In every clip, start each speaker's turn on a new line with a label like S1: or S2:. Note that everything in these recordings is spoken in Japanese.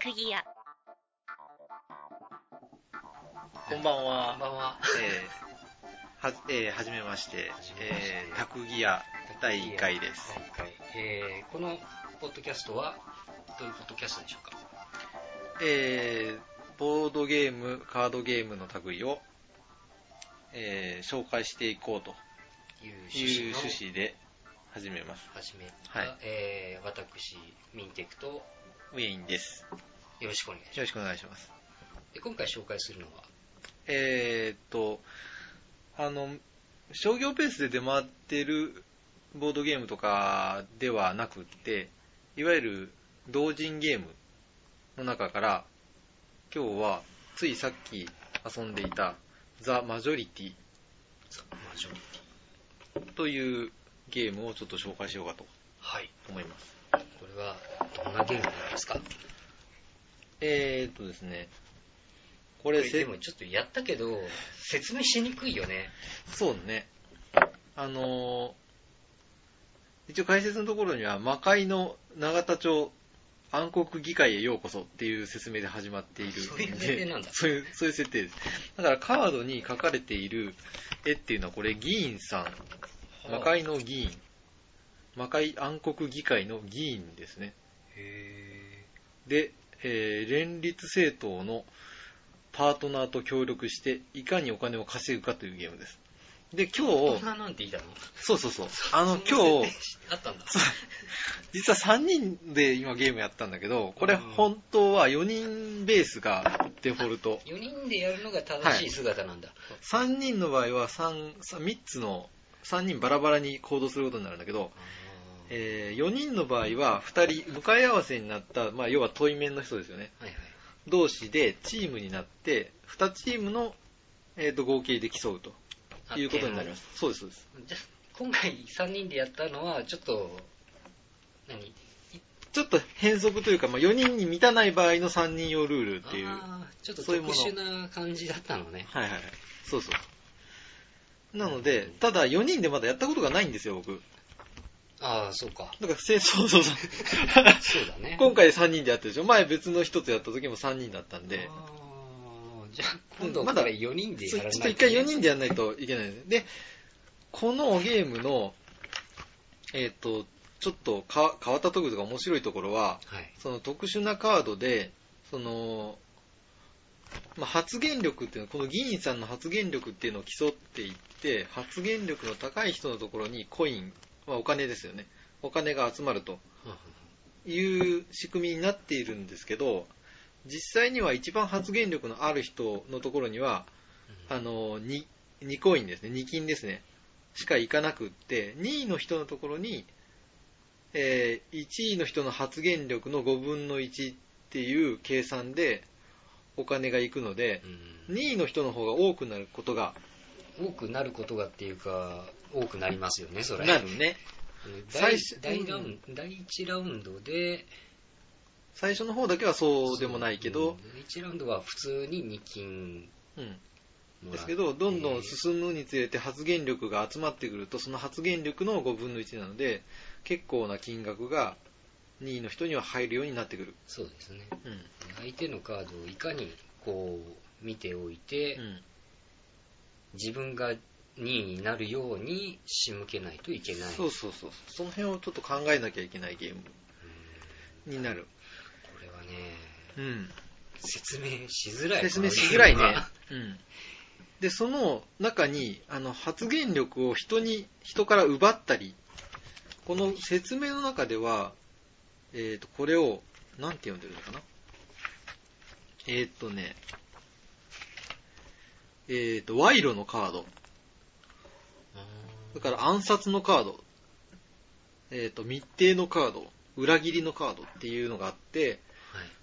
S1: 釘屋。
S2: こんばん
S3: こんば
S2: は。
S3: んは。
S4: えーはじ、えーはじめまして
S3: はじめまして
S4: えー、タクギア第1回です。
S3: 第一回。えー、このポッドキャストは、どういうポッドキャストでしょうか
S4: えー、ボードゲーム、カードゲームの類を、えー紹介していこうと
S3: いう
S4: い
S3: 趣旨
S4: う
S3: の
S4: 趣旨で始めます。
S3: 始めが、
S4: はい
S3: えー、私、ミンテクとよ
S4: ウェインです。
S3: ろしくお願いします。
S4: よろしくお願いします。
S3: で今回紹介するのは、
S4: えーっと、あの、商業ペースで出回ってるボードゲームとかではなくって、いわゆる同人ゲームの中から、今日はついさっき遊んでいたザ・マジョリティ
S3: ザ・マジョリティ。
S4: というゲームをちょっと紹介しようかと
S3: はい。
S4: 思います。
S3: これは、どんなゲームなんですか
S4: えーっとですね、こ
S3: こ
S4: れ
S3: れ
S4: せ
S3: でもちょっとやったけど、説明しにくいよね。
S4: そうね。あのー一応解説のところには、魔界の永田町暗黒議会へようこそっていう説明で始まっている
S3: そういう設定なんだ
S4: そういう、そういう設定です。だからカードに書かれている絵っていうのはこれ議員さん、魔界の議員、魔界暗黒議会の議員ですね。
S3: へ
S4: で、えー連立政党のパートナーと協力して、いかにお金を稼ぐかというゲームです。で、
S3: ー。
S4: 今
S3: こ
S4: 日
S3: ん、ななんていたの
S4: そうそうそう。 あの、
S3: そんな
S4: 今日、
S3: 設定 あったんだ。
S4: 実は3人で今ゲームやったんだけど、これ
S3: うん
S4: 本当は4人ベースがデフォルト。
S3: 4人でやるのが正しい姿なんだ。
S4: 3人の場合は3、3つの、3人バラバラに行動することになるんだけど、
S3: あー
S4: え4人の場合は2人、向かい合わせになった、まあ要は対面の人ですよね。
S3: はいはい。
S4: 同士でチームになって、2チームの、えーと合計で競うと
S3: あ
S4: いうことになります。そうです、そうです。
S3: じゃ今回3人でやったのはちょっと何
S4: ちょっと変則というか、まあ、4人に満たない場合の3人用ルールっていう。
S3: あーちょっと
S4: そうい
S3: 特
S4: うもの
S3: 殊な感じだったのね
S4: はいはいはい。そうそう。なので、ただ4人でまだやったことがないんですよ、僕。
S3: ああそうか
S4: だから、せ そうそうそう。
S3: そうだね
S4: 今回3人でやったでしょ。前別の人とやった時も3人だったんで。
S3: あーじゃあ今度
S4: ま
S3: ま
S4: だ
S3: だ4人で
S4: そう
S3: や
S4: ちょ
S3: らな
S4: っ
S3: い
S4: と一回4人でやらないといけないです。で、このゲームの、えっ、と、ちょっとか変わったところとか面白いところは、
S3: はい
S4: その特殊なカードで、その、まあ、発言力っていうのは、この議員さんの発言力っていうのを競っていって、発言力の高い人のところにコイン、まあ、お金ですよね。お金が集まるという仕組みになっているんですけど、実際には一番発言力のある人のところには、あの、2、2コインですね、2金ですね、しか行かなくって、2位の人のところに、えー1位の人の発言力の5分の1っていう計算でお金が行くので、
S3: うん
S4: 2位の人の方が多くなることが
S3: 多くなることがっていうか多くなりますよねそれ
S4: なるね。
S3: あの
S4: 最
S3: 第第
S4: 初
S3: ラウン第1ラウンドで
S4: 最初の方だけはそうでもないけど、
S3: 1ラウンドは普通に2金
S4: うん。
S3: もらって
S4: ですけど、どんどん進むにつれて発言力が集まってくると、その発言力の5分の1なので、結構な金額が2位の人には入るようになってくる。
S3: そうですね
S4: うん。
S3: 相手のカードをいかにこう見ておいて、
S4: うん
S3: 自分が2位になるように仕向けないといけない
S4: そうそうそう。その辺をちょっと考えなきゃいけないゲームになる。
S3: これはね
S4: うん。
S3: 説明しづらい
S4: 説明しづらい
S3: このゲ
S4: ね
S3: ームは。
S4: うん。で、その中に、あの、発言力を人に、人から奪ったり、この説明の中では、えっ、と、これを、なんて呼んでるのかなえっ、とね、えっ、と、賄賂のカード。
S3: う
S4: だ
S3: ん
S4: から暗殺のカード、えっ、と、密偵のカード、裏切りのカードっていうのがあって、
S3: はい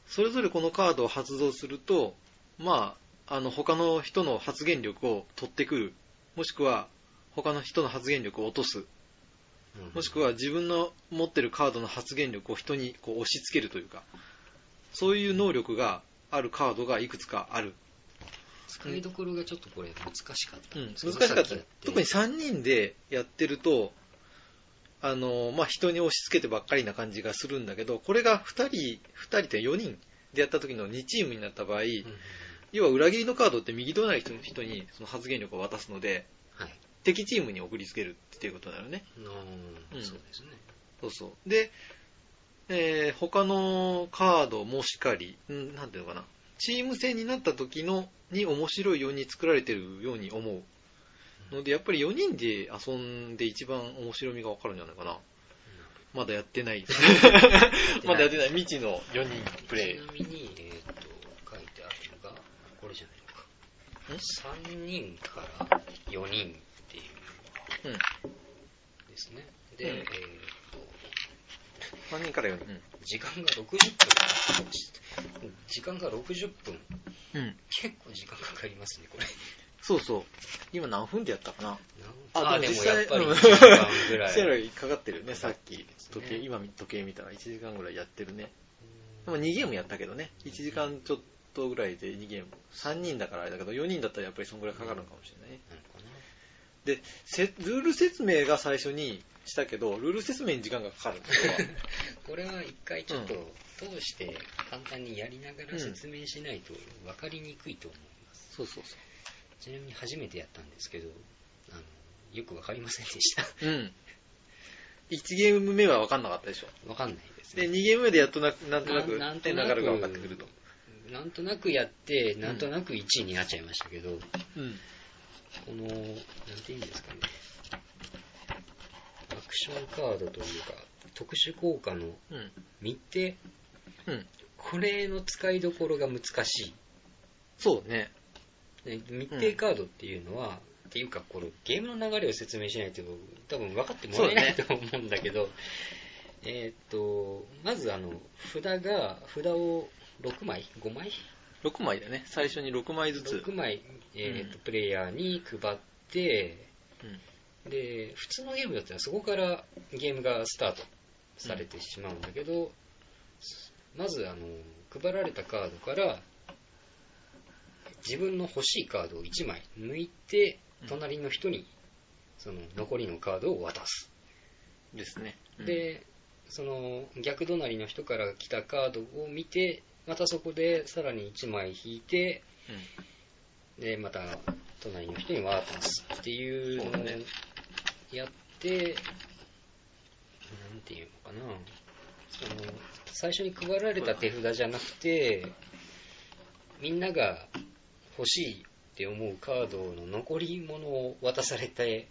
S4: それぞれこのカードを発動すると、まあ、あの、他の人の発言力を取ってくる。もしくは、他の人の発言力を落とす。
S3: うん
S4: もしくは自分の持ってるカードの発言力を人にこう押し付けるというか、そういう能力があるカードがいくつかある。
S3: 使いどころがちょっとこれ難しかった、
S4: うん、難
S3: その
S4: しかった
S3: さきや
S4: ね
S3: て。
S4: 特に3人でやってると、あの、まあ、人に押し付けてばっかりな感じがするんだけど、これが2人、2人って4人でやった時の2チームになった場
S3: う
S4: 合、
S3: ん
S4: 要は裏切りのカードって右隣の人にその発言力を渡すので、
S3: はい。
S4: 敵チームに送りつけるっていうことだよね。
S3: の
S4: うん
S3: そうですね。
S4: そうそう。で、えー他のカードもしかり、んなんていうのかな、チーム戦になった時のに面白いように作られてるように思う。ので、やっぱり4人で遊んで一番面白みがわかるんじゃないかな。ま だやってない。まだやってない。未知の4人プレイ
S3: ち。なみに、えっ、と、書いてあるのが、これじゃないのか。3人から4人っていう
S4: うん。
S3: ですね。で、
S4: うん
S3: えっ、
S4: 3人から4人。
S3: と、時間が60分。時間が60分。
S4: うん。うん。
S3: 結構時間かかりますね、これ。
S4: そうそう。今何分でやったかな
S3: なんか
S4: あ
S3: あ、
S4: で
S3: で
S4: も
S3: もやっぱり
S4: 実
S3: 1
S4: 際
S3: 時間ぐらい。
S4: セロリかかってるよね、さっき。時
S3: 時
S4: 計、
S3: 計
S4: 今時計見たら1時間ぐらいやってるね。で
S3: う
S4: も
S3: ん
S4: 2ゲームやったけどね。1時間ちょっとぐらいで2ゲーム。3人だからあれだけど、4人だったらやっぱりそんぐらいかかるのかもしれないね。
S3: なのかな
S4: で、せルール説明が最初にしたけど、ルール説明に時間がかかるってことは
S3: これは一回ちょっと通して簡単にやりながら説明しないと分かりにくいと思います。
S4: そうそうそ
S3: ちなみに初めてやったんですけど、あのよく分かりませんでした。
S4: う。うん。1ゲーム目は分かんなかったでしょ。
S3: 分かんないです
S4: で、
S3: ね。
S4: 2ゲーム目でやっとななんとなく、
S3: ななん
S4: 手
S3: と
S4: 流
S3: なく
S4: れが分かってくると。
S3: なんとなくやって、なんとなく1位になっちゃいましたけど、こ
S4: うん。
S3: の、なんていうんですかね、アクションカードというか、特殊効果の
S4: うん。
S3: 見て、
S4: うん。
S3: これの使いどころが難しい。
S4: そうね。
S3: で密定カードっていうのは、っていうかこのゲームの流れを説明しないと多分分かってもらえないと思うんだけど、えーっとまずあの札が札を6枚5枚
S4: 6枚だね。最初に6枚ずつ。
S3: 6枚、えーっと
S4: うん
S3: プレイヤーに配って
S4: うん
S3: で普通のゲームだったらそこからゲームがスタートされてしまうんだけど、まずあの配られたカードから自分の欲しいカードを1枚抜いて
S4: うん
S3: 隣の人にその残りのカードを渡す、
S4: ですね。うん、
S3: でその逆隣の人から来たカードを見てまたそこでさらに1枚引いてでまた隣の人に渡すっていう
S4: そ
S3: の
S4: う
S3: を
S4: ね
S3: やって、なんていうのかなその最初に配られた手札じゃなくてみんなが欲しいって思うカードの残り物を渡されて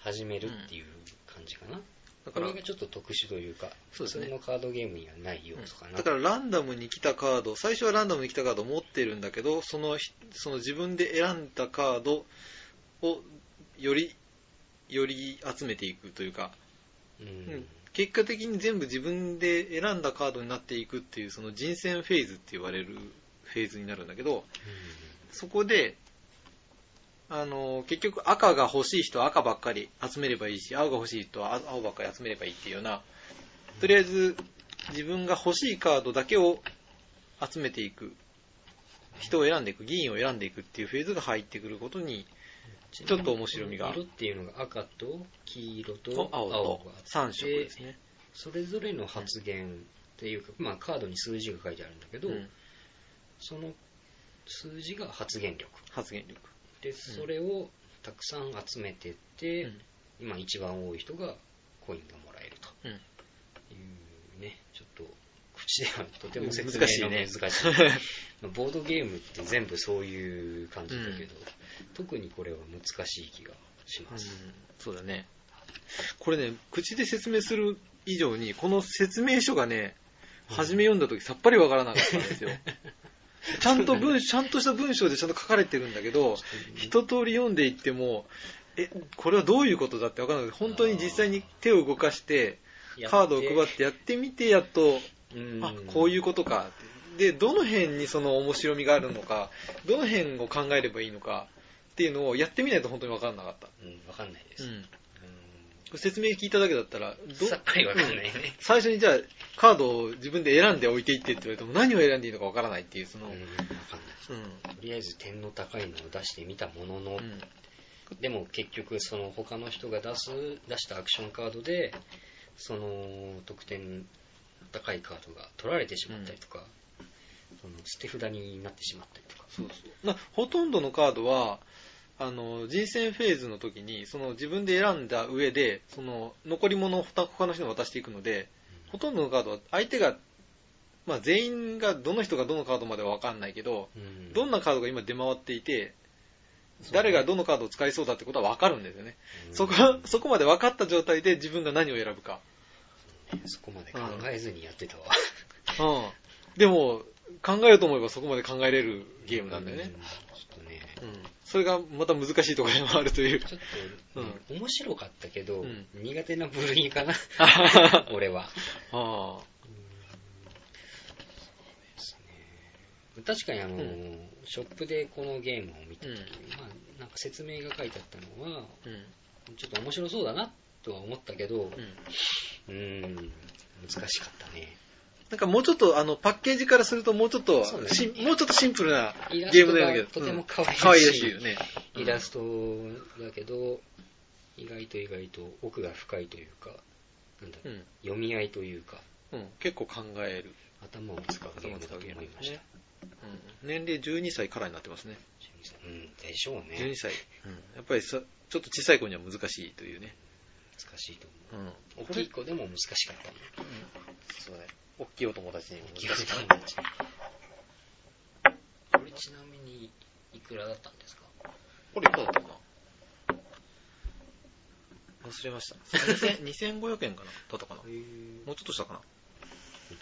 S3: 始めるっていう感じかな、
S4: だか
S3: こ
S4: ら
S3: れ、がちょっと特殊というか
S4: そう
S3: 普
S4: ですね
S3: 通のカードゲームにはない要素かな、
S4: だからランダムに来たカード、最初はランダムに来たカードを持ってるんだけど、そのひその自分で選んだカードをより、より集めていくというか、
S3: うん
S4: うん結果的に全部自分で選んだカードになっていくっていう、その人選フェーズって言われるフェーズになるんだけど、そこで、あの、結局赤が欲しい人は赤ばっかり集めればいいし、青が欲しい人は青ばっかり集めればいいっていうような、とりあえず自分が欲しいカードだけを集めていく。人を選んでいく、議員を選んでいくっていうフェーズが入ってくることに、ちょっと面白みが
S3: 色っていうのが赤と黄色と
S4: と青
S3: 青
S4: と
S3: があって
S4: 3色ですね。
S3: それぞれの発言っていうか、まあ、カードに数字が書いてあるんだけど、
S4: うん
S3: その数字が発言力
S4: 発言力。
S3: でそれをたくさん集めてって、
S4: うん
S3: 今一番多い人がコインがもらえると
S4: うん
S3: いうねちょっと口ではとても説
S4: 難しい
S3: 明が
S4: ね
S3: 難しい まあボードゲームって全部そういう感じだけど、特にこれは難しい気がし
S4: う
S3: ま
S4: ん
S3: す、、
S4: そうだね。これね、口で説明する以上に、この説明書がね、
S3: うん
S4: 初め読んだ時さっぱりわからなかったんですよ。ちゃんと文、ちゃんとした文章でちゃんと書かれてるんだけど、一通り読んでいっても、え、これはどういうことだってわからなくて、本当に実際に手を動かして、
S3: や
S4: カードを配ってやってみて、やっと、
S3: うん
S4: あ、こういうことかって。で、どの辺にその面白みがあるのか、どの辺を考えればいいのかっていうのをやってみないと本当にわからなかった。
S3: うん、わかんないです、
S4: うん
S3: うん
S4: 説明聞いただけだったら、ど
S3: さっぱりわかんないね。
S4: 最初にじゃあ、カードを自分で選んで置いていってって言われても何を選んでいいのかわからないっていう、その、
S3: うん、わ
S4: うん、
S3: かんない。とりあえず点の高いのを出してみたものの、
S4: うん
S3: でも結局その他の人が出す、出したアクションカードで、その得点高いカードが取られてしまったりとか、その捨て札になってしまったりとか。
S4: そうそうなほとんどのカードはあの人選フェーズの時にその自分で選んだ上でその残り物を他の人に渡していくのでほとんどのカードは相手が、まあ、全員がどの人がどのカードまでは分かんないけど
S3: うん
S4: どんなカードが今出回っていて
S3: そう
S4: 誰がどのカードを使いそうだってことは分かるんですよね
S3: うん
S4: そこそこまで分かった状態で自分が何を選ぶか、
S3: そこまで考えずにやってたわ。
S4: うん、でも考えようと思えばそこまで考えれるゲームなんだよね
S3: う、ちょっとね、
S4: うん、それがまた難しいところでもあると いう
S3: ちょっとね、面白かったけど、
S4: うん
S3: 苦手な部類 かな、俺は。
S4: ああ
S3: 確かにあの、
S4: う
S3: ショップでこのゲームを見た時に、
S4: う
S3: まあ、なんか説明が書いてあったのは、
S4: うん
S3: ちょっと面白そうだなとは思ったけど、
S4: うん
S3: うーん、難しかったね。
S4: なんかもうちょっとあのパッケージからするともうちょっと
S3: そうだね
S4: しもうちょっとシンプルな
S3: イラ
S4: ゲ
S3: ス
S4: ーム
S3: ト
S4: のようだけ
S3: が
S4: ど
S3: とても可愛いし、
S4: 可愛いらしいよね
S3: イラストだけど、意外と意外と奥が深いというか、なんだろう
S4: う、ん、
S3: 読み合いというか、
S4: うん、結構考える、
S3: 頭を使うゲームだと思いました。
S4: うん、年齢12歳からになってますね
S3: うん、でしょう
S4: 12
S3: ね。
S4: 歳、うん、やっぱりさちょっと小さい子には難しいというね、
S3: 難しいと思
S4: うん、
S3: う。大きい子でも難しかった。
S4: そうね大きいお友達にも
S3: 大
S4: 難
S3: き
S4: し
S3: い
S4: い
S3: 子でも難しかったこれちなみに、いくらだったんですか
S4: これいくらだったかな忘れました2000 2500円かなだったかな
S3: へー
S4: もうちょっとしたか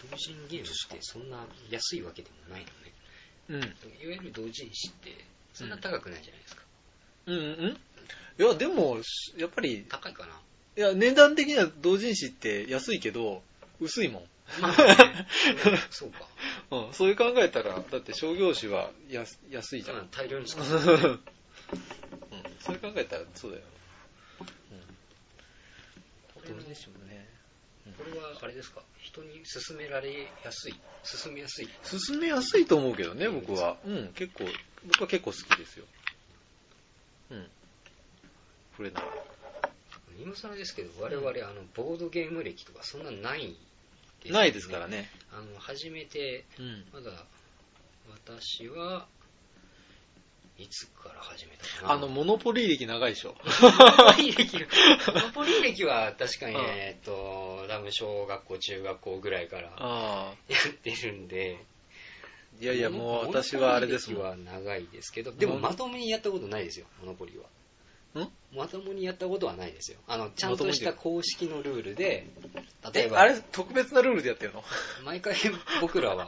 S3: 同人ゲームってそんな安いわけでもないのね。
S4: なうん
S3: いわゆる同人誌って、そんな高くないじゃないですか。
S4: うんうんいやでもやっぱり
S3: 高いか な。
S4: いや、値段的には同人誌って安いけど、薄いもん。
S3: まあねそうか。
S4: うん、そういう考えたら、だって商業誌は安安いじゃん。
S3: ま
S4: う
S3: あ
S4: ん、
S3: 大量に使う。
S4: そういう考えたらそうだよ。
S3: これ
S4: でしょうね。
S3: はあれですか人に勧められやすい勧めやすい
S4: 進めやすいと思うけどね、僕は。うん、結構、僕は結構好きですよ。うん。これなら。
S3: 今更ですけど我々あのボードゲーム歴とかそんなないですよね
S4: ないですからね。
S3: あの初めて
S4: うん。
S3: まだ私はいつから始めたかな
S4: あの、モノポリー歴長いでしょ。
S3: モノポリー歴モノポリー歴は確かに
S4: うん
S3: えっと多分小学校中学校ぐらいからや
S4: ああ。
S3: ってるんで
S4: いやいや、もう私はあれですもん。
S3: モノポリ歴は長いですけど、でもまともにやったことないですよ、モノポリは。
S4: ん
S3: まともにやったことはないですよ。あの、ちゃんとした公式のルールで、例え
S4: え、
S3: ば、
S4: あれ、特別なルールでやってるの
S3: 毎回僕ら は、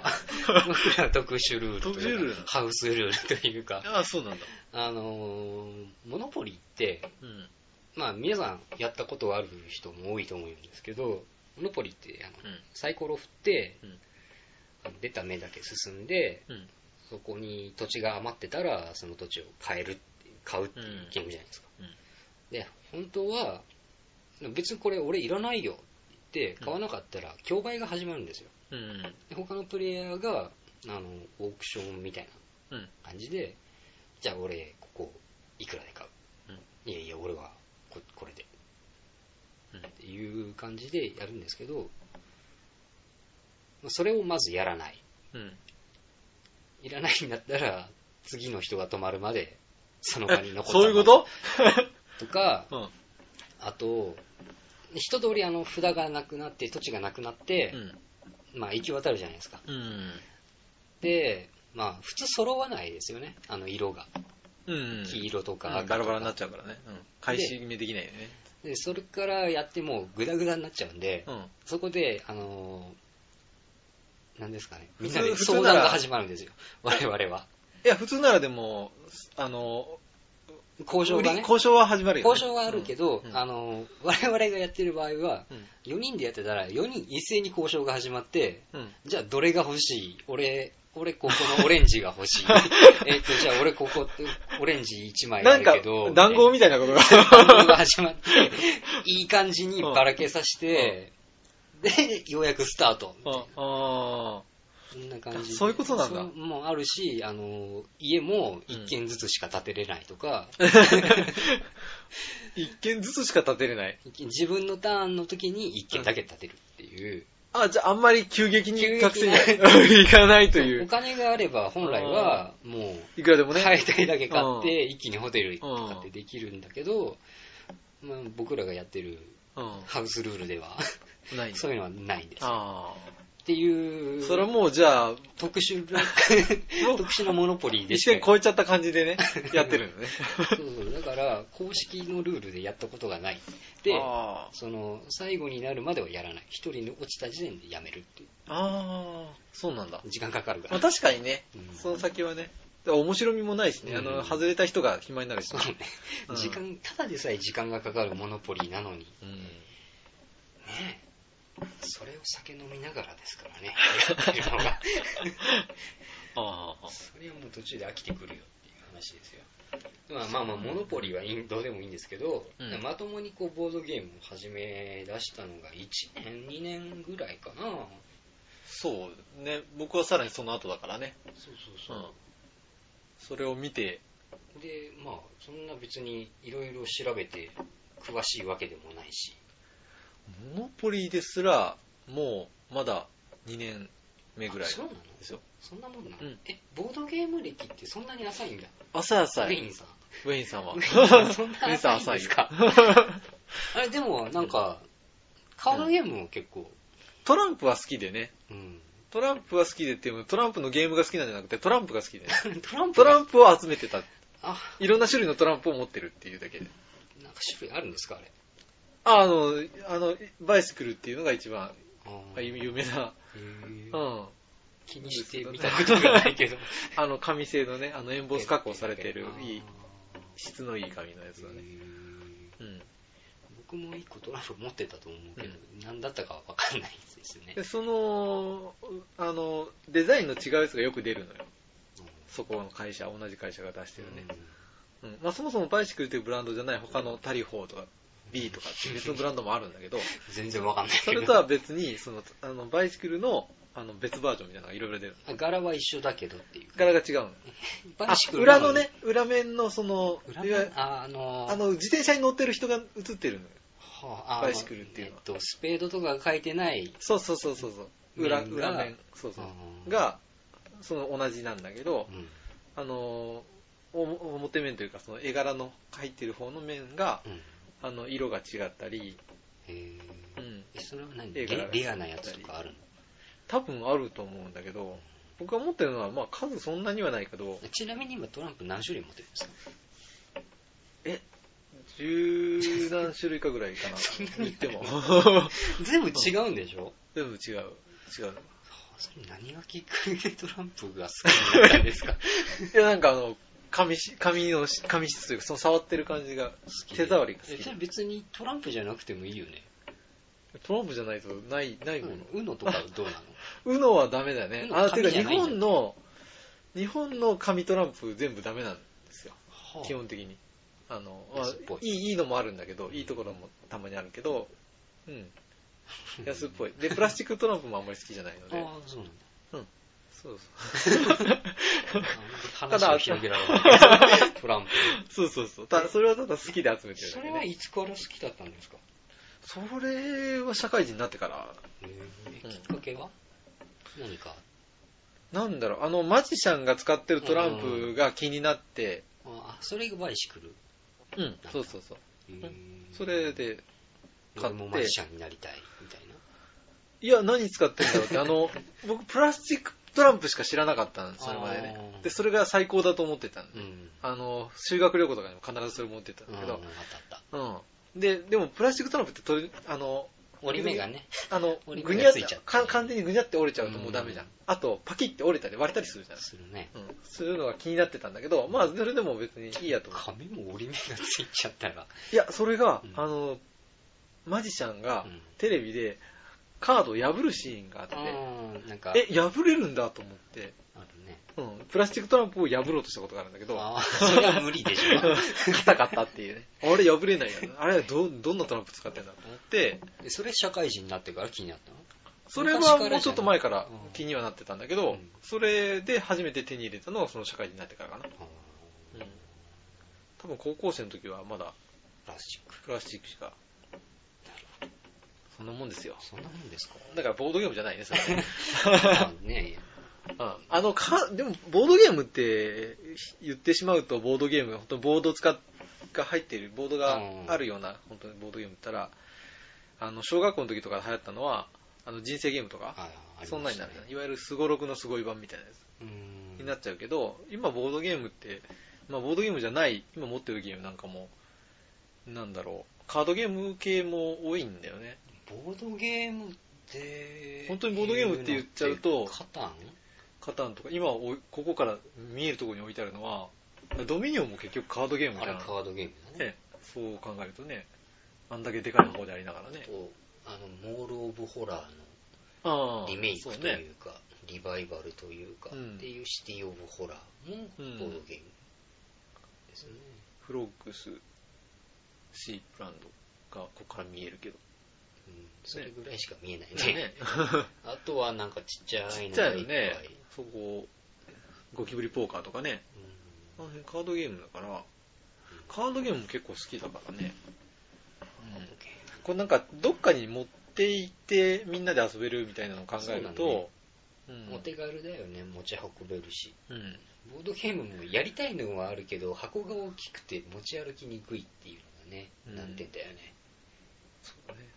S3: 僕らは特殊ルールと
S4: 特殊
S3: い
S4: ル
S3: う
S4: ー
S3: か
S4: ル、
S3: ハウスルールというか、
S4: ああ、そうなんだ。
S3: あのーモノポリって、
S4: うん。
S3: まあ皆さんやったことある人も多いと思うんですけど、モノポリって、あの
S4: う
S3: サイコロ振って
S4: うん、
S3: 出た目だけ進んで、
S4: ん。うん。
S3: そこに土地が余ってたら、その土地を買えるって、買うっていうゲームじゃないですか。
S4: うんうん
S3: で、本当は、別にこれ俺いらないよって言って、買わなかったら、競売が始まるんですよ。
S4: うん。
S3: で他のプレイヤーが、あの、オークションみたい
S4: うん。
S3: な感じで、じゃあ俺、ここ、いくらで買う。いやいや、俺はこ、これで。
S4: うん
S3: っていう感じでやるんですけど、まあそれをまずやらない。
S4: うん。
S3: いらないんだったら、次の人が止まるまで、その場に残った
S4: そういうこと
S3: とか、
S4: うん。
S3: あと、一通りあの札がなくなって、土地がなくなって、まあ行き渡るじゃないですか。
S4: うん。
S3: で、まあ普通揃わないですよね、あの色が。
S4: うん。
S3: 黄色とか
S4: バ
S3: 赤とか。
S4: ラバラになっちゃうからね。うん。開始目できないよね。
S3: で、それからやってもうグダグダになっちゃうんで、
S4: うん。
S3: そこで、あのー、なんですかね、
S4: 普
S3: みん
S4: 通
S3: なで
S4: 普通な
S3: 相
S4: ら
S3: 談が始まるんですよ、我々は。
S4: いや、普通ならでも、あの、
S3: 交渉が
S4: 売り
S3: ね。
S4: 交渉は始まるよね。
S3: 交渉はあるけど、
S4: うん
S3: あの、我々がやってる場合は、
S4: うん
S3: 4人でやってたら、4人一斉に交渉が始まって、
S4: うん。うん。
S3: じゃあどれが欲しい俺、俺ここのオレンジが欲 しい。えっと、じゃあ俺ここ、オレンジ1枚あ
S4: なん
S3: る
S4: か
S3: けど、、
S4: 談合
S3: み
S4: みたいなことが。
S3: たいな談合が始まって、いい感じにばらけさせて、で、ようやくスタート。
S4: ああ
S3: そんな感じで。
S4: そういうことなんだ
S3: そうもうあるし、あの、家も1軒ずつしか建てれないとか、
S4: ー。一軒ずつしか立てれない。
S3: 自分のターンの時に一軒だけ立てるっていう、
S4: あ、じゃああんまり急激に
S3: 急激
S4: 学生に
S3: な
S4: はいかないとい
S3: お
S4: う。
S3: 金があれば本来はもう
S4: いくらでもね。
S3: 買いたいだけ買って一気にホテルとかってできるんだけど、まあ、僕らがやってる
S4: う
S3: ハウスルールでは
S4: ん。ないんだ
S3: そういうのはないんですっ
S4: あ
S3: ていう
S4: あ。それはもうじゃあ、
S3: 特殊な
S4: もう
S3: 特殊なモノポリーで
S4: 一
S3: した
S4: 回
S3: よ
S4: 超えちゃった感じ でね、やってるのね。
S3: そうそうだから公式のルールでやったことがないで
S4: あ
S3: その最後になるまではやらない一人の落ちた時点でやめるってい
S4: あああ、そうなんだ
S3: う。時間かかるか
S4: まあ
S3: ら、
S4: 確かにね、
S3: うん
S4: その先はね、だから面白みもないしね、あ
S3: う
S4: の、
S3: ん
S4: 外れた人が暇になるし
S3: そ
S4: ね
S3: う。ね
S4: うん
S3: 時間ただでさえ時間がかかるモノポリーなのに
S4: うん
S3: ねえそれを酒飲みながらですから ね、やってるのが。
S4: ああ。
S3: それはもう途中で飽きてくるよっていう話ですよ。まあまあまあ、モノポリーはいいどうでもいいんですけど、
S4: うん
S3: まともにこうボードゲームを始め出したのが1年、2年ぐらいかな。
S4: そうね、僕はさらにその後だからね。
S3: そう
S4: う。
S3: そうん
S4: それを見て、
S3: そう。で、まあ、そんな別にいろいろ調べて詳しいわけでもないし、
S4: モノポリーですら、もう、まだ2年目ぐらい
S3: あそうなの
S4: ですよ。
S3: そんなもんなの、
S4: うん
S3: え、ボードゲーム歴ってそんなに浅いんだ。
S4: 浅い
S3: ウ
S4: 浅
S3: ェイ
S4: い。
S3: ンさん。
S4: ウェインさんは。
S3: ウ
S4: ウ
S3: ェインさんそんな
S4: ェインさん浅
S3: 浅いん
S4: い
S3: です
S4: よ
S3: かあれ、でも、なんか、カードゲームも結構、
S4: トランプは好きでね。
S3: うん。
S4: トランプは好きでっていうのトランプのゲームが好きなんじゃなくて、トランプが好きで、ね。
S3: トランプ
S4: トラン
S3: プ
S4: プを集めてた。
S3: あ、
S4: いろんな種類のトランプを持ってるっていうだけで。
S3: なんか種類あるんですか、あれ。
S4: ああの、あの、バイスクルっていうのが一番
S3: あーへ
S4: 有名な、
S3: ー
S4: うん。
S3: 気にして見たことがないけど。
S4: あの、紙製のね、あの、エン ボス加工されてる
S3: あ、ー
S4: いい、質のいい紙のやつだ
S3: へ
S4: ね。
S3: ー
S4: うん。
S3: 僕も一個トランプ持ってたと思うけど、何だったかわかんないですよね
S4: で、。その、あの、デザインの違うやつがよく出るのよ。そこの会社、同じ会社が出してるね。うん。まあ、そもそもバイシクルっていうブランドじゃない他のタリホーとか、B とかっていう別のブランドもある んだけど、
S3: 全然わかんない
S4: そ
S3: けど。
S4: れとは別に、その、あの、バイシクルの、あの、別バージョンみたいなのがいろいろ出るの。
S3: あ柄は一緒だけどっていう。
S4: 柄が違うの。
S3: バ
S4: あ
S3: イシ、クル
S4: 裏のね、裏面のその、
S3: 裏
S4: いわゆ
S3: 面
S4: る
S3: あ、あのー
S4: あの、自転車に乗ってる人が映ってるのよ。
S3: はあ、あ
S4: バイシクルっていうのは
S3: えっと、スペードとかが書いてない。
S4: そうそうそうそうそう。裏、
S3: 面が
S4: 裏面。そうそう。
S3: うん、
S4: が、その同じなんだけど
S3: う、ん、
S4: あのー、お表面というか、その絵柄の入ってる方の面が、
S3: うん。
S4: あの、色が違ったり、
S3: へー
S4: うん。
S3: え、それは何レ
S4: 絵柄が
S3: レアなやつとかある
S4: 多分あると思うんだけど、僕が持ってるのは、まあ数そんなにはないけど、
S3: のちなみに今トランプ何種類持ってるんですか
S4: 十何種類かぐらい かな。言っても。
S3: 全部違うんでしょ
S4: 全部違う。違う。
S3: それ何がきっかけでトランプが好きになったんですか
S4: いや、なんかあの、紙し、紙のし、紙質というか、その触ってる感じが、 手触りが好
S3: えそれ
S4: き。
S3: 別にトランプじゃなくてもいいよね。
S4: トランプじゃないと、ない、ないもの。
S3: うん、UNO とかどうなの
S4: うのはダメだね。
S3: UNO
S4: あ、ていうか
S3: 紙じゃ
S4: 日
S3: ないんだ
S4: 本の、日本の紙トランプ全部ダメなんですよ。
S3: はあ
S4: 基本的に。あの、まあ
S3: 安っぽい
S4: いい、いいのもあるんだけど、いいところもたまにあるけど、うん。安っぽい。で、プラスチックトランプもあんまり好きじゃないので。
S3: ああ、そうなんだ。
S4: そう
S3: あなんか話を広げられる。トランプ。
S4: そう。そうそうそう。たそれはただ好きで集めてる
S3: そ
S4: だけ
S3: れは
S4: ね。
S3: いつから好きだったんですか、
S4: それは社会人になってから、
S3: え
S4: うん
S3: きっかけは何か
S4: なんだろう、あの、マジシャンが使ってるトランプが気になって、
S3: あそれがバイシクル
S4: うん、そうそうそう。
S3: へー
S4: それで、買
S3: 俺
S4: って
S3: もマジシャンになりたいみたいない
S4: や、何使ってんだろうって、あの、僕、プラスチックトランプしか知らなかったんです、それまでね。
S3: あー
S4: で、それが最高だと思ってたんで、
S3: うん
S4: あの、修学旅行とかにも必ずそれ持ってったんだ
S3: うん
S4: け
S3: あっ
S4: ど
S3: た、あった
S4: うん。で、でも、プラスチックトランプって取れ、あの、
S3: 折り目がね
S4: あの、
S3: 折り
S4: ぐ
S3: 目
S4: にゃ
S3: が
S4: っ
S3: ついちゃって
S4: か完全にぐにゃって折れちゃうともうダメじゃん。
S3: うん
S4: あと、パキって折れたり割れたりするじゃん。
S3: するね
S4: うん。そういうのが気になってたんだけど、まあ、それでも別にいいやと思って
S3: 髪も折り目がついちゃったら
S4: いや、それが、
S3: うん
S4: あの、マジシャンが
S3: うん
S4: テレビでカードを破るシーンがあって、
S3: うんなんか
S4: え、破れるんだと思って、
S3: あるね
S4: うん、プラスチックトランプを破ろうとしたことがあるんだけど、
S3: ああそれは無理でし ょ
S4: 硬かったっていうね。あれ破れないよね。あれど、どんなトランプ使ってんだと思って、
S3: でそれ社会人になってから気になったの
S4: それはもうちょっと前から気にはなってたんだけど、
S3: うん
S4: それで初めて手に入れたのがその社会人になってからかな。
S3: あー
S4: うん。多分高校生の時はまだ
S3: プラスチック
S4: プラスチックしか。そんなもんですよ。
S3: そんなもん ですか
S4: だからボードゲームじゃないね、 それ。
S3: まあね
S4: うんあの、か、でも、ボードゲームって言ってしまうと、ボードゲーム、本当ボード使っが入っている、ボードがあるような、本当にボードゲームって言ったら、あの、小学校の時とか流行ったのは、あの、人生ゲームとか、
S3: あありましたね
S4: そんなになるじゃん。いわゆるスゴロクのすごい版みたいなやつ
S3: う
S4: に
S3: ん
S4: なっちゃうけど、今、ボードゲームって、まあ、ボードゲームじゃない、今持ってるゲームなんかも、なんだろう、カードゲーム系も多いんだよね。
S3: ボードゲームって
S4: 本当にボードゲームって言っちゃうと
S3: カタン
S4: カタンとか、今おい、ここから見えるところに置いてあるのは、ドミニオンも結局カードゲーム
S3: あ
S4: じ
S3: れ
S4: ゃん
S3: カ。ードゲームだね
S4: ね、そう考えるとね、あんだけでかい方でありながらね
S3: あ。とあのモール・オブ・ホラーの
S4: ああ
S3: リメイク
S4: そう
S3: とい
S4: ね。
S3: うか、リバイバルというか、
S4: うん
S3: っていうシティ・オブ・ホラーもボ
S4: うん
S3: ードゲームですね。
S4: フロックス、シープランドがここから見えるけど。
S3: うんそれぐらいしか見えないね。
S4: ね
S3: あとはなんかちっちゃいのが
S4: ち
S3: い
S4: っ
S3: っ
S4: ち
S3: ぱ
S4: ゃ
S3: い
S4: いよね。そこ、ゴキブリポーカーとかね。あ
S3: うん
S4: の辺カードゲームだから、カードゲームも結構好きだからね。うんこれなんか、どっかに持っていって、みんなで遊べるみたいなのを考えると、うん
S3: お手軽だよね、持ち運べるし。
S4: うん。
S3: ボードゲームもやりたいのはあるけど、箱が大きくて持ち歩きにくいっていうのがね、
S4: うん
S3: 難点だよね。
S4: そうね。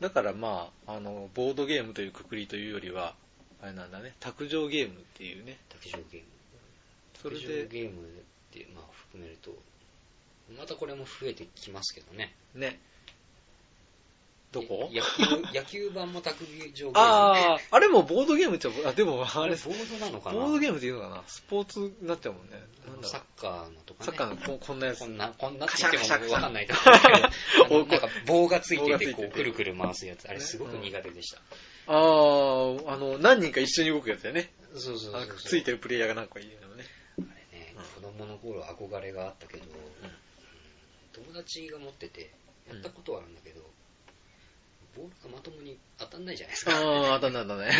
S4: だからまあ、あの、ボードゲームというくくりというよりは、あれなんだね、卓上ゲームっていうね。
S3: 卓上ゲーム。
S4: それ
S3: 卓上
S4: で、
S3: ゲームって、まあ、含めると、またこれも増えてきますけどね。
S4: ね。どこ
S3: 野球野球版も卓上ゲーム。
S4: ああ、あれもボードゲームっちゃ、あ、でもあ
S3: あ
S4: れ
S3: れ、
S4: ボ
S3: ボードなのかな
S4: ードゲームっていうのかな、スポーツになっちゃうもんね。なんだろう
S3: サッカーのとかね。
S4: サッカーのここんなやつ
S3: こ。んな、こんなって
S4: カシ
S3: 言
S4: ャ
S3: って
S4: カシャ
S3: も僕わかんないと思うんだけど、あの
S4: お
S3: なんか棒がついて
S4: 棒がつい
S3: て、
S4: てて
S3: こう、くるくる回すやつ。あれ、
S4: ね
S3: すごく苦手でした。
S4: ああ、あの、何人か一緒に動くやつだよね。
S3: そうそう
S4: あ
S3: そう。
S4: のくっついてるプレイヤーがなんかいいのね。
S3: あれね
S4: うん、
S3: 子供の頃憧れがあったけど、うん友達が持ってて、やったことはあるんだけど、ボールがまともに当たんないじゃないですか。
S4: ああ、だんだんだ ね。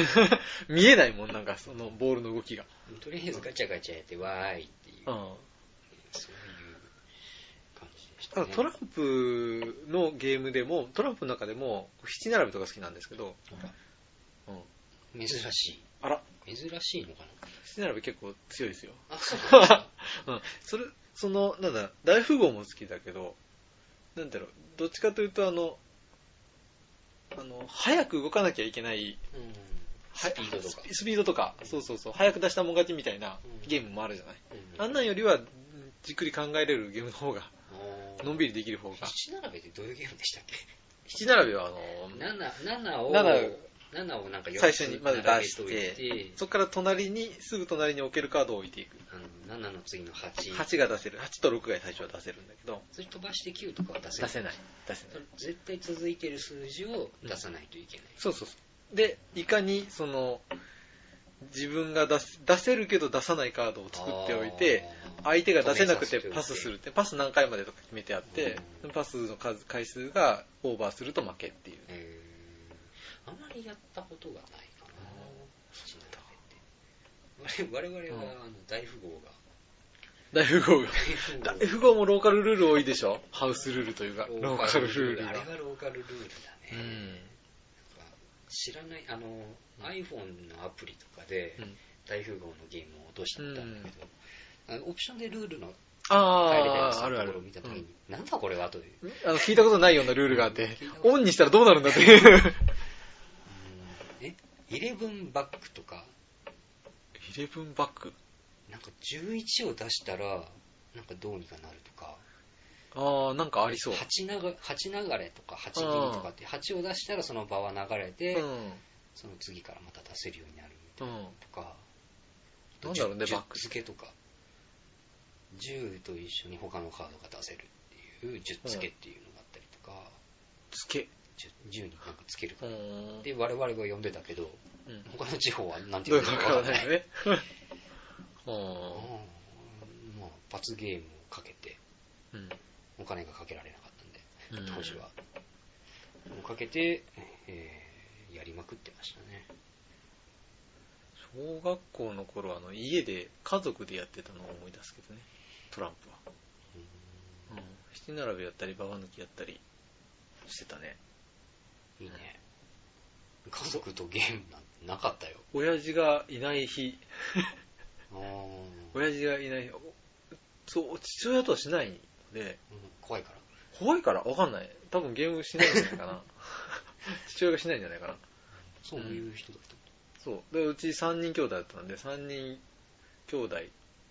S4: 見えないもん、なんかそのボールの動きが。
S3: とりあえずガチャガチャやって、わーいっていう、
S4: うん。
S3: そういう感じでした
S4: ただ
S3: ね。
S4: トランプのゲームでも、トランプの中でも、七並べとか好きなんですけど、うん、
S3: 珍し
S4: あら、
S3: い。珍しいのか
S4: 七並べ結構強いです よ。
S3: なあ、そうなんですか
S4: うん、それ、その、なんだ、大富豪も好きだけど、なんだろう、どっちかというと、あの、あの、早く動かなきゃいけない、
S3: うん
S4: は
S3: スピードとか
S4: ス。ピスピードとか、そうそうそう、早く出したもん勝ちみたいな
S3: うん
S4: ゲームもあるじゃない。
S3: うん
S4: あんなんよりは、じっくり考えれるゲームの方が、のんびりできる方が。
S3: 七並べってどういうゲームでしたっけ
S4: 七並べは、あの、
S3: 七七を
S4: 七
S3: 七をなんか四つ
S4: 最初にまず出して
S3: 並べといて
S4: そこから隣に、すぐ隣に置けるカードを置いていく。
S3: あの七の次の八
S4: 8が出せる。8と6が最初は出せるんだけど、
S3: それ飛ばして九とかは出せ
S4: 出
S3: ない
S4: せない。出せ
S3: そ
S4: な
S3: れ
S4: い。
S3: 絶対続いてる数字を出さないといけない、
S4: そうそうそう。で、いかに、その、自分が出す出せるけど出さないカードを作っておいて、
S3: あー
S4: 相手が出せなくて
S3: 止めさせておいて
S4: パスするって、パス何回までとか決めてあって、
S3: うん
S4: パスの数回数がオーバーすると負けっていう。
S3: えーあまりやったことがないかな七並べって我々はあの大富豪が
S4: 大富豪が。
S3: 大富豪
S4: 大富豪もローカルルール多いでしょハウスルールというか、ローカルルール
S3: あ
S4: が
S3: れ。がローカルルール
S4: う
S3: だね、
S4: ん。
S3: 知らないあの、iPhone のアプリとかで、
S4: うん
S3: 大富豪のゲームを落としてみたんだけど、あのオプションでルールの変えれたや
S4: あ
S3: つ
S4: あ、あるあ
S3: のところ
S4: る
S3: を見。たときに、なんだこれはという、
S4: あの、聞いたことないようなルールがあ って
S3: 聞いた、こと
S4: オンにしたらどうなるんだって いう。
S3: えイレブンバックとか、
S4: イレブンバック
S3: なんか11を出したら、なんかどうにかなるとか、
S4: ああ、なんかありそう。
S3: 8流八流れとか、8切りとかって、8を出したらその場は流れ
S4: う
S3: て、
S4: ん。
S3: その次からまた出せるようになる
S4: うん。
S3: とか、
S4: なんだろうね
S3: 10
S4: バック
S3: 付けとか、10と一緒に他のカードが出せるっていう、10付けっていうのがあったりとか、
S4: つけ。
S3: 10, 10になんかつける
S4: う
S3: か
S4: ん。
S3: で、我々は呼んでたけど、
S4: うん
S3: 他の地方はなんて
S4: どう
S3: 言
S4: い
S3: の
S4: ううか
S3: か
S4: わ
S3: わ
S4: か
S3: かららな
S4: な
S3: い
S4: いよ。ね。
S3: うん
S4: あ
S3: まあ、罰ゲームをかけて、
S4: あ。うん。
S3: お金がかけられなかったんで、
S4: うん
S3: 当時は。をかけて、えーやりまくってましたね。
S4: 小学校の頃、あの、家で、家族でやってたのを思い出すけどね。トランプは。
S3: うん
S4: うん。七並べやったり、ババ抜きやったりしてたね。
S3: ういいね。家族とゲームなんてなかったよ。
S4: 親父がいない日、
S3: あーうん
S4: 親父がいない日、おそう、父親とはしないので、
S3: 怖いから。
S4: 怖いからわかんない。多分ゲームしないんじゃないかな。父親がしないんじゃないかな。
S3: そういう人だった。
S4: そう。で、うち3人兄弟だったんで、3人兄弟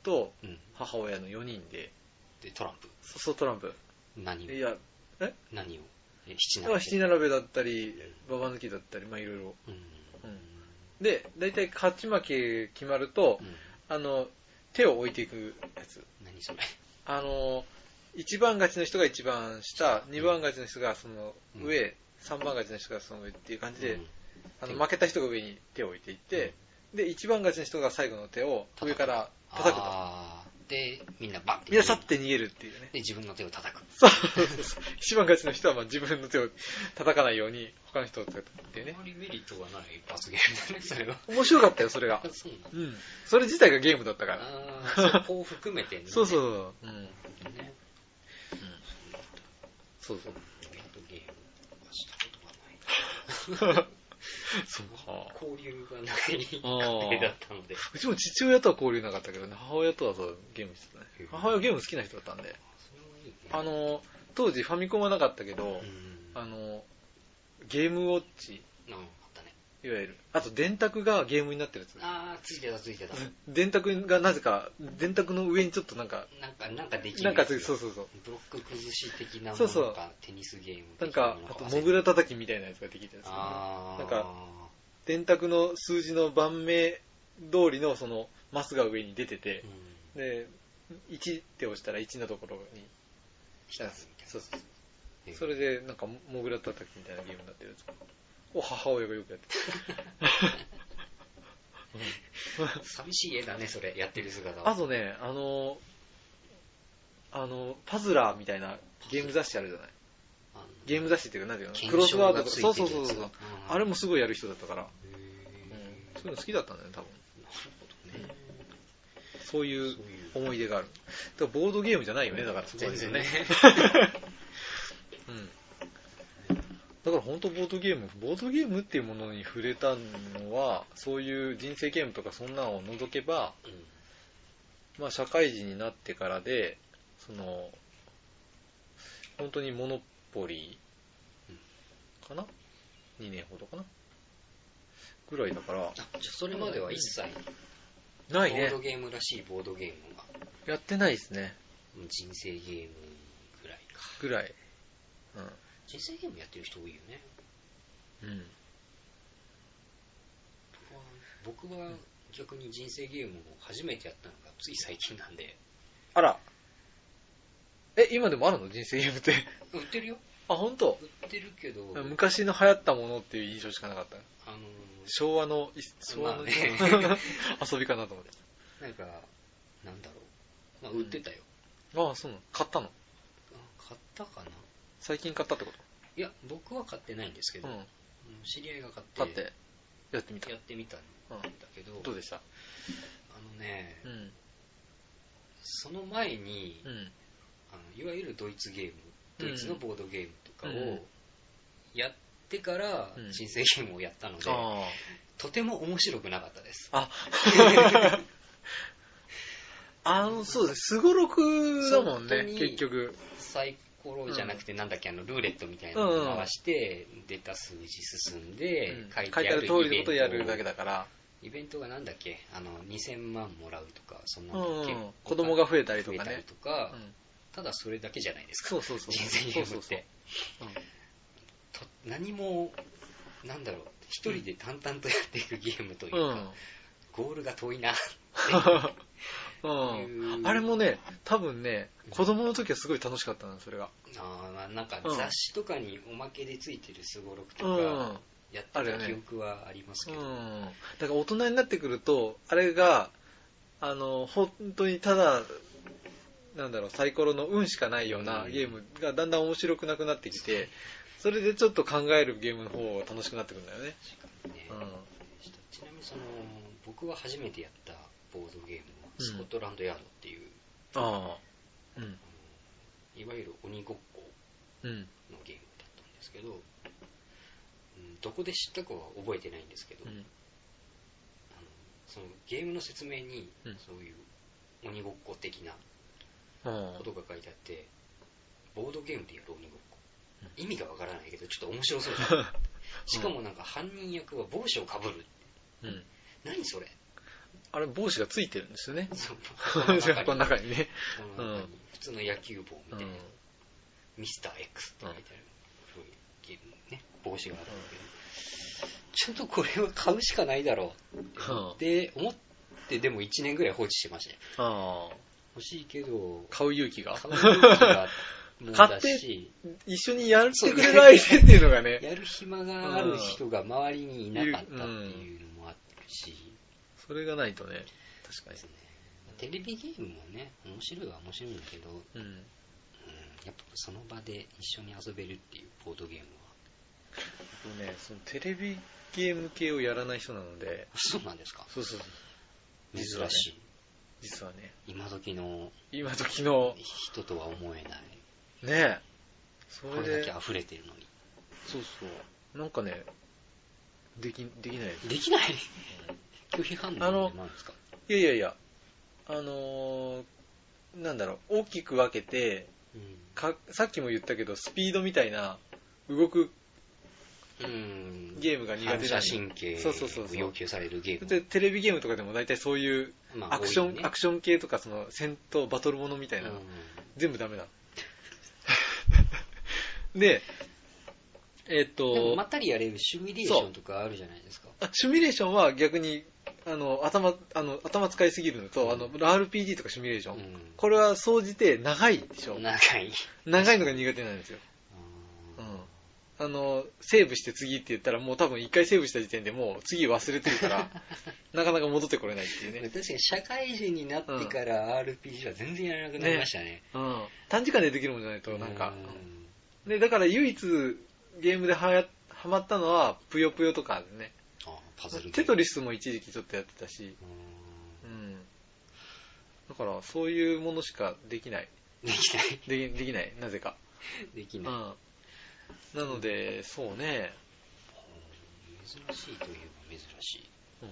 S4: と
S3: うん。
S4: 母親の4人で、
S3: で、トランプ。
S4: そうそうトランプ。
S3: 何
S4: い
S3: を
S4: や、
S3: 何をえ七
S4: まあ
S3: 並
S4: 七
S3: べ。
S4: 並べだったり、ババ抜きだったり、まあいろいろ。
S3: うん。
S4: で、大体勝ち負け決まると、
S3: うん。
S4: あの、手を置いていくやつ。
S3: 何それ。
S4: あの、1番勝ちの人が一番下、2番勝ちの人がその上、3番勝ちの人がその上っていう感じで、
S3: うん
S4: あの負けた人が上に手を置いていって、で、1番勝ちの人が最後の手を上から叩くと。
S3: あーで、みんなバッて。
S4: みんな去って逃げるっていうね。
S3: で、自分の手を叩く。
S4: そう。 一番勝ちの人はまあ自分の手を叩かないように他の人を叩くっていうね。
S3: まりメリットがない 罰ゲームだね、それは。
S4: 面白かったよ、それが
S3: あ。そうなの
S4: うん。それ自体がゲームだったから。
S3: あー そこを含めてね。
S4: そうそう。うん。
S3: う。ね。
S4: そうそう。
S3: イベントゲームはしたことがない。
S4: そうか。
S3: 交流がない家
S4: あー
S3: 庭だったので。
S4: うちも父親とは交流なかったけどね、母親とはそうゲームしてたね
S3: へえ。
S4: 母親はゲーム好きな人だったんで。
S3: それはいいね
S4: あ、の、当時ファミコンはなかったけど
S3: う、ん。
S4: あの、ゲームウォッチ、
S3: うんあったね。
S4: いわゆる。あと電卓がゲームになってるや
S3: あー、ついてたついてた。
S4: つ。電卓がなぜか、電卓の上にちょっとなんか、
S3: なんか、なんかできる
S4: なんか
S3: や
S4: つ
S3: つ
S4: い
S3: が
S4: そうそうそう。
S3: ブロック崩し的なも
S4: そう
S3: の
S4: そう
S3: か、テニスゲーム
S4: なん
S3: 的な
S4: か
S3: もの、
S4: あ
S3: 忘
S4: と、
S3: れた
S4: モグラ叩きみたいなやつができたやつ、
S3: あー。
S4: なんか電卓の数字の番目通りの、その、マスが上に出てて
S3: うん、、
S4: で、1って押したら1のところに、
S3: したみたい
S4: そうそうそう。
S3: な。
S4: それで、なんか、モグラ叩きみたいなゲームになってるやつを母親がよくやってた。
S3: 寂しい絵だね、それ、やってる姿は。
S4: あとね、あの、あの、パズラーみたいなゲーム雑誌あるじゃない。
S3: あの、
S4: ゲーム雑誌っていうか、なんていうの
S3: 検
S4: クロス
S3: 証
S4: ワー
S3: が
S4: ドと
S3: つ
S4: か、
S3: いてる
S4: そ
S3: や
S4: う
S3: つ
S4: そうそうそう。あれも、すごいやる人だったから、
S3: へー
S4: そういうの好きだったんだよね、多分。
S3: なるほどね。
S4: そういう
S3: そういう
S4: 思い出がある。だからボードゲームじゃないよね、だから。
S3: 全然ね。。
S4: うん。だから本当ボードゲーム、ボードゲームっていうものに触れたのは、そういう人生ゲームとかそんなのを除けば、
S3: うん
S4: まあ社会人になってからで、その、本当にモノポリーかな ?2 年ほどかなぐらいだから、
S3: あじゃあそれまでは一切、ボ
S4: ない
S3: ー
S4: ね
S3: ド。ゲームらしいボードゲームが、
S4: やってないですね。
S3: うん人生ゲームぐらいか。
S4: ぐらい。うん。
S3: 人生ゲームやってる人多いよね。
S4: うん。
S3: 僕は逆に人生ゲームを初めてやったのがつい最近なんで、
S4: あら。え、今でもあるの人生ゲームって。
S3: 売ってるよ。
S4: あ、本当。
S3: 売ってるけど、あのー、
S4: 昔の流行ったものっていう印象しかなかった。昭和の、い昭和
S3: ま
S4: の、
S3: あね
S4: 遊びかなと思って。
S3: なんか、なんだろう。まあ、売ってたよ。
S4: ああ、そうなの。買ったの
S3: あ買ったかな
S4: 最近買ったってこ
S3: いや、僕は買ってないんですけ
S4: と
S3: ど、
S4: う
S3: うん
S4: ん。
S3: 知り合いが買って、
S4: 買って、やってみた。
S3: やってみたん
S4: うん。
S3: だけど、
S4: どうでした
S3: あのね、
S4: うん。
S3: その前に、
S4: うん。
S3: あのいわゆるドイツゲームドイツのボードゲームとか
S4: うん
S3: をやってから
S4: うん
S3: 人生ゲームをやったので、
S4: あ
S3: とても面白くなかったです
S4: あ。あ、あの、そうです。すごろくだもん
S3: 本当
S4: ね、
S3: に
S4: 結局。
S3: サイコロじゃなくてなんだっけあのルーレットみたいなのを回して出た数字進んで
S4: うん
S3: 書
S4: 書
S3: い
S4: い
S3: てあ
S4: てあ
S3: る
S4: る
S3: イベ
S4: 通りのこ
S3: ン
S4: と
S3: ト
S4: やるだけだから。
S3: イベントがなんだっけあの2000万もらうとかそんな
S4: う
S3: だ
S4: ん
S3: っけ
S4: ん。子供が増えたりと
S3: 増え
S4: か
S3: たり
S4: ね。
S3: とか
S4: うん
S3: ただそれだけじゃないですか
S4: そうそうそう。
S3: 人生ゲー
S4: そ
S3: ム
S4: う
S3: っ
S4: そう
S3: て
S4: そううん
S3: と何もなんだろう一人で淡々とやっていくゲームというか、ゴールが遠いな。
S4: うん。うん。あれもね、多分ね、子供の時はすごい楽しかったな、それが。
S3: あーまあなんか
S4: うん
S3: 雑誌とかにおまけでついてるすごろくと
S4: う
S3: か
S4: ん。
S3: やって
S4: あるよ
S3: た
S4: ね
S3: 記憶はあります
S4: う
S3: けど、
S4: ん。だから大人になってくると、あれが、あの、本当にただ、なんだろう、サイコロの運しかないような
S3: うん
S4: ゲームがだんだん面白くなくなってきて、それでちょっと考えるゲームの方が楽しくなってくるんだよね。
S3: 確かにね
S4: うん。
S3: ちなみにその僕は初めてやったボードゲームは
S4: うん
S3: スコットランドヤードっていう、
S4: ああ。うん。
S3: いわゆる鬼ごっこ
S4: うん。
S3: のゲームだったんですけどうんどこで知ったかは覚えてないんですけど、
S4: う
S3: あの
S4: ん
S3: そのゲームの説明に、
S4: うん
S3: そういう鬼ごっこ的な
S4: あ
S3: ことが書いてあって、ボードゲームでやる鬼ごっこ
S4: うん。
S3: 意味がわからないけど、ちょっと面白そうじゃん。 しかもなんか犯人役は帽子をかぶる。
S4: ーうん
S3: 何 それ
S4: あれ帽子がついてるんですよね
S3: そう箱の中に
S4: 箱の中にね、
S3: 箱の中に普通の野球帽み
S4: う
S3: たいな、
S4: ん
S3: ミスター X って書いてある、そういうゲームのね、帽子があるんだけど、ちょっとこれは買うしかないだろうって思って、思ってでも1年ぐらい放置してましたよ。
S4: ああ
S3: 欲しいけど、
S4: 買う勇気が
S3: 買う勇気がもうだし、
S4: 一緒にやってくれる相手っていうのがね
S3: やる暇がある人が周りにいなかったっていうのもあるし、
S4: それがないとね確か
S3: ですね、テレビゲームもね、面白いは面白いんだけど、うん、
S4: にうん
S3: やっぱその場で一緒に遊べるっていうボードゲームは、
S4: 僕ねそのテレビゲーム系をやらない人なので
S3: そうなんですか
S4: そうそうそう
S3: 珍
S4: 実はね
S3: しい。
S4: 実はね
S3: 今時の
S4: 今時の
S3: 人とは思えない。
S4: ねそ
S3: こ
S4: れ
S3: れだ
S4: で
S3: け溢れてるのに。
S4: そうそうなんかねできできないです
S3: できない拒否反応
S4: あの
S3: なんですか
S4: いやいやいやあのーなんだろう大きく分けて
S3: う
S4: かさっきも言ったけどスピードみたいな動く
S3: ん。
S4: ゲームが苦手な
S3: 反射神経
S4: そうそうそう
S3: を
S4: そう
S3: 要求されるゲー
S4: で
S3: ム。
S4: テレビゲームとかでも大体そういう
S3: ま
S4: アクション、
S3: 多いね
S4: アクション系とかその戦闘バトルものみたいな、
S3: うん
S4: 全部ダメだ でえっ
S3: でも
S4: と、
S3: まったりやれるシミュレーションとかあるじゃないですか。
S4: あシミュレーションは逆にあの頭あの頭使いすぎるのと、あの RPG とかシミュレーション、
S3: うん
S4: これは総じて長いでしょ
S3: 仲いい。
S4: 長いのが苦手なんですよ、
S3: う
S4: うんん、あのセーブして次って言ったらもう多分一回セーブした時点でもう次忘れてるから なかなか戻ってこれないっていうね
S3: 確かに社会人になってから RPG は全然やらなくなりましたね。
S4: うん、短時間でできるもんじゃないと、なんか
S3: う。
S4: で、だから唯一ゲームではやはまったのは、ぷよぷよとかね。
S3: あパズルゲーム
S4: テトリスも一時期ちょっとやってたし、
S3: う
S4: うん。だから、そういうものしかできない。
S3: んできない。
S4: できできない、なぜか。
S3: でき
S4: うん。
S3: ない。
S4: なので、そうね。
S3: 珍しいといえば珍しい。
S4: うん。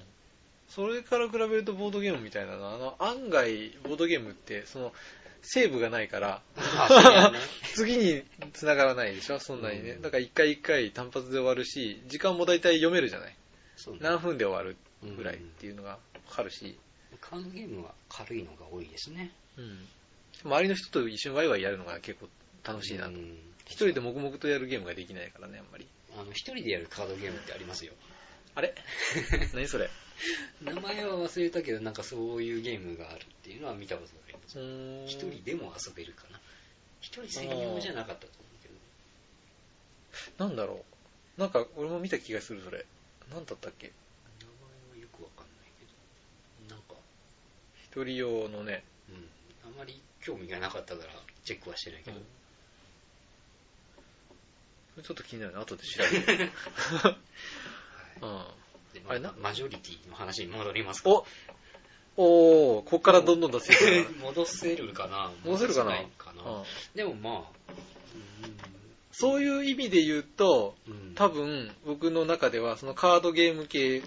S4: それから比べるとボードゲームみたいなのは、あの、案外、ボードゲームって、その、セーブがないから、
S3: まあそうだよね
S4: 次に繋がらないでしょそんなにね。
S3: うん
S4: だから一回一回単発で終わるし、時間も大体読めるじゃない
S3: そうね
S4: 何分で終わるぐらいっていうのがわかるし、
S3: カードゲームは軽いのが多いですね。
S4: うん周りの人と一緒にワイワイやるのが結構楽しいなと。
S3: うん
S4: 一人で黙々とやるゲームができないからね、あんまり。
S3: あの、一人でやるカードゲームってありますよ。
S4: あれ 何それ
S3: 名前は忘れたけど、なんかそういうゲームがあるっていうのは見たことがあります。一人でも遊べるかな。一人専用じゃなかったと思うけど。
S4: なんだろうなんか俺も見た気がする、それ。何だったっけ
S3: 名前はよくわかんないけど。なんか、
S4: 一人用のね、
S3: うん。あまり興味がなかったから、チェックはしてないけど。
S4: うんそれちょっと気になるな、後で調べる。う
S3: は
S4: ん
S3: い。で、
S4: あれな
S3: まマジョリティの話に戻りますか。
S4: おおー、こっからどんどん出せるか
S3: 戻せるかな
S4: な。戻せるかな
S3: せないかな
S4: うん
S3: でもまあ、
S4: そういう意味で言うと、
S3: うん
S4: 多分僕の中ではそのカードゲーム系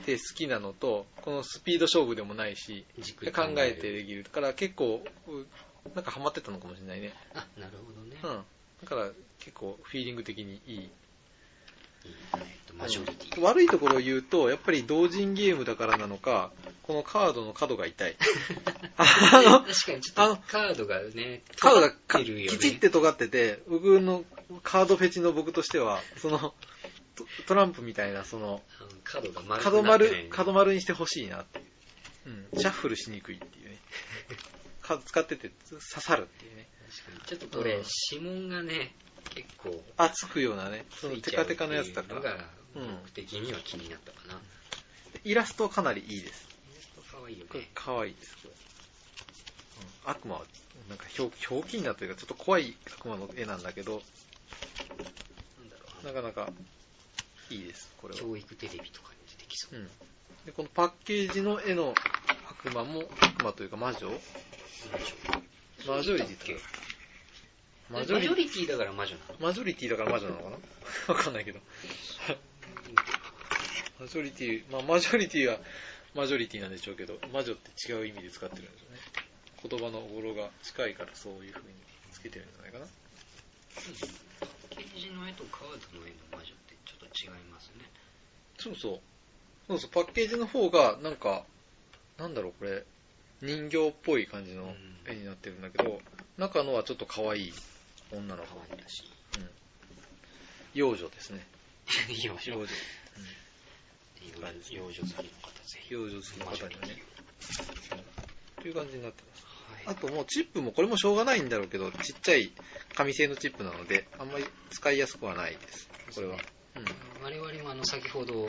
S4: って好きなのとこのスピード勝負でもないし
S3: じっく
S4: 考
S3: り考え
S4: え
S3: る
S4: てできるだから結構うなんかハマってたのかもしれないね
S3: あなるほどね、
S4: うんだから結構フィーリング的にいい
S3: いいえっとマジョリティ、
S4: 悪いところを言うとやっぱり同人ゲームだからなのかこのカードの角が 痛いあの
S3: 確かにちょっとカードがね
S4: カードが
S3: 尖
S4: か
S3: ってるよ
S4: き
S3: ね
S4: ちって尖ってて、僕のカードフェチの僕としては、その、トトランプみたいな、その、
S3: あのカードが丸く
S4: 角
S3: なってな
S4: 丸
S3: い、
S4: 角丸にしてほしいなっていう。うん。シャッフルしにくいって いうね。カード使ってて刺さるっていうね。
S3: 確かにちょっとこれ、
S4: うん
S3: 指紋がね結構
S4: あ、つくようなね、
S3: つ
S4: その
S3: い
S4: テ
S3: ちゃ
S4: カ
S3: うって
S4: テ
S3: い
S4: カのやつだ
S3: う
S4: か
S3: の
S4: ら。
S3: が
S4: うん
S3: 僕的には気になったかな、うん、
S4: イラストはかなりいいです。
S3: 可愛いよ
S4: これ
S3: ね
S4: 可愛いです、これ。うん悪魔は、なんかひょう、ひょうきんなというか、ちょっと怖い悪魔の絵なんだけど、
S3: なんだろう
S4: なかなかいいです、これは。
S3: 教育テレビとかに出てきそう、
S4: うん、でこのパッケージの絵の悪魔も悪魔というか魔女マジョリティとか
S3: マ
S4: マ
S3: ジ
S4: ジ
S3: ョ
S4: ョ
S3: リ
S4: リ
S3: ティだから魔女なの
S4: マジョリティだから魔女なのかなわかんないけどマジョリティ、まあ、マジョリティはマジョリティなんでしょうけど、魔女って違う意味で使ってるんですよね。言葉の語呂が近いからそういう風につけてるんじゃないかな。
S3: ケージの絵とカードの絵の魔女ってちょっと違いますね。
S4: そうそう。そうそう、パッケージの方が、なんか、なんだろう、これ、人形っぽい感じの絵になってるんだけど、中のはちょっと可愛い女の
S3: 可
S4: 子。
S3: 愛らし
S4: 幼女ですね。
S3: い。幼女。
S4: 幼
S3: 幼
S4: 女
S3: 女。幼女好きの方ぜひ。
S4: 幼女好きの方にね。という感じになってます。
S3: は
S4: あ
S3: い。
S4: ともうチップも、これもしょうがないんだろうけど、ちっちゃい紙製のチップなので、あんまり使いやすくはないです。これは。うん。
S3: 我々もあの先ほどや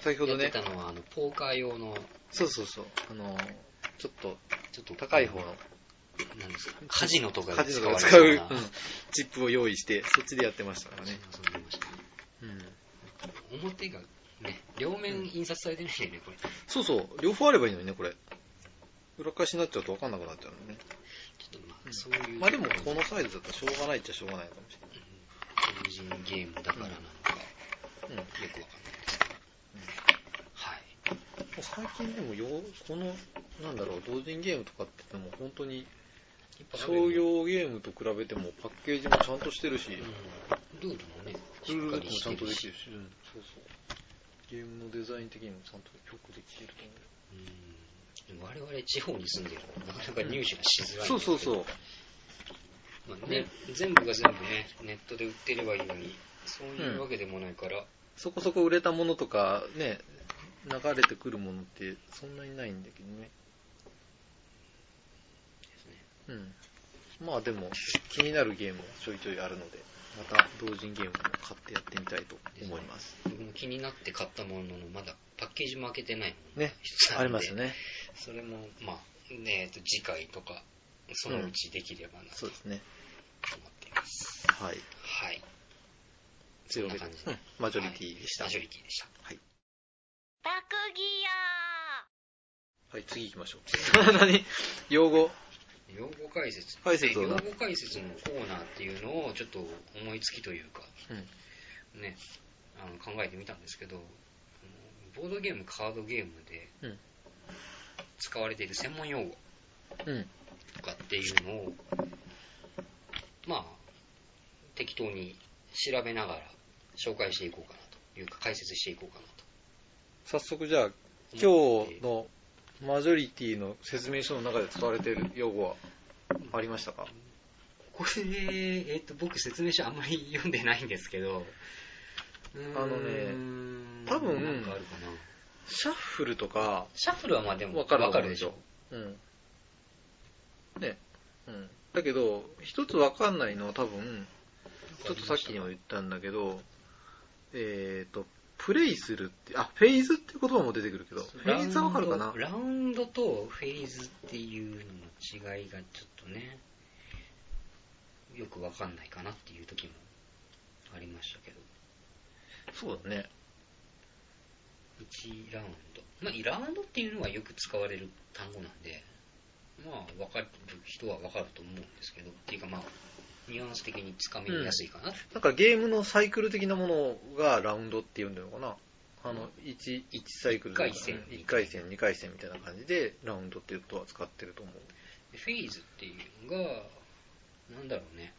S4: 先ほど
S3: って
S4: ね、
S3: たのはあのポーカー用の
S4: そうそうそう、あのー、ちょっと
S3: ちょっと
S4: 高い方の
S3: なんですかカジノとか
S4: カ
S3: で使
S4: ジノが
S3: われ
S4: 使う、
S3: る
S4: う
S3: よ
S4: ん
S3: うな
S4: チップを用意して、そっちでやってましたからね。
S3: 遊んでましたね
S4: うん
S3: 表がね両面印刷されてないんだよねこれちょ
S4: そうそう、両方あればいいのにね、これ。裏返しになっちゃうと分かんなくなっちゃうの
S3: っ
S4: ね。
S3: とま
S4: う
S3: あ
S4: ん
S3: そういう
S4: まあでも、このサイズだったらしょうがないっちゃしょうがないかもし
S3: 友人ゲームだからなのか
S4: れない。うん。も
S3: よくわかんないですけどはいう
S4: 最近でもよ、この、なんだろう、同人ゲームとかってのも本当に、商業ゲームと比べてもパッケージもちゃんとしてるし、
S3: うんルールもねし
S4: ル
S3: っ
S4: ー
S3: か
S4: ルも
S3: りし
S4: ち
S3: て
S4: ゃんと
S3: る
S4: で
S3: し
S4: きるし、うん、そうそう。ゲームのデザイン的にもちゃんとよくできてると思う。
S3: うんでも我々地方に住んでるからなかなか入手がしづらいんだけど、
S4: そうそうそう。
S3: まあね、全部が全部ねネットで売ってればいいのにそういうわけでもないから、
S4: そこそこ売れたものとか、ね、流れてくるものってそんなにないんだけどね。
S3: ですね
S4: うん。まあでも、気になるゲームはちょいちょいあるので、また同人ゲームも買ってやってみたいと思います。
S3: 僕も気になって買ったもののまだパッケージも開けてない
S4: ね、
S3: 一つ
S4: あ
S3: る
S4: り
S3: んで
S4: ますよね。
S3: それもまあねえっと次回とかそのうちできればなと
S4: そう
S3: 思
S4: ですね。
S3: っています、
S4: はい。
S3: はいそんな感じ
S4: う
S3: で
S4: ん、マジョリティでした。
S3: マ
S4: は
S3: ジョ
S4: い、
S3: リティでした
S1: 爆ギア
S4: 次行きましょう。 何用語。
S3: 用語解説
S4: 解説を
S3: 用
S4: な
S3: 語解説のコーナーっていうのをちょっと思いつきというか、ねあの考えてみたんですけどあのボードゲームカードゲーム
S4: う
S3: で
S4: ん
S3: 使われている専門用語
S4: うん。うん。
S3: とかっていうのをまあ適当に調べながら紹介していこうかなというか解説していこうかな
S4: 早速じゃあ、
S3: と思
S4: 今
S3: って
S4: 日のマジョリティの説明書の中で使われている用語はありましたか
S3: これね、えっと僕説明書あんまり読んでないんですけど
S4: あのね
S3: うーん
S4: 多分
S3: なんかあるかな
S4: シャッフルとか、
S3: シャッフルはまあでも
S4: わかる
S3: わかるでしょ。
S4: うん。ね。うん。だけど、一つわかんないのは多分、ちょっとさっきにも言ったんだけど、えっ、と、プレイするって、あ、フェーズって言葉も出てくるけど、フェーズはわかるかな
S3: ラウンドとフェーズっていうのの違いがちょっとねよくわかんないかなっていう時もありましたけど
S4: そうだね。
S3: 1ラウンドまあラウンドっていうのはよく使われる単語なんでまあわかる人はわかると思うんですけどっていうかまあニュアンス的につかみやすいかな、
S4: だからゲームのサイクル的なものがラウンドって言うんだよかな。あの、1、一サイクル
S3: 一回戦
S4: 1回戦、2回戦みたいな感じで、ラウンドっていうことは使ってると思う。
S3: でフェーズっていうのが、なんだろうね。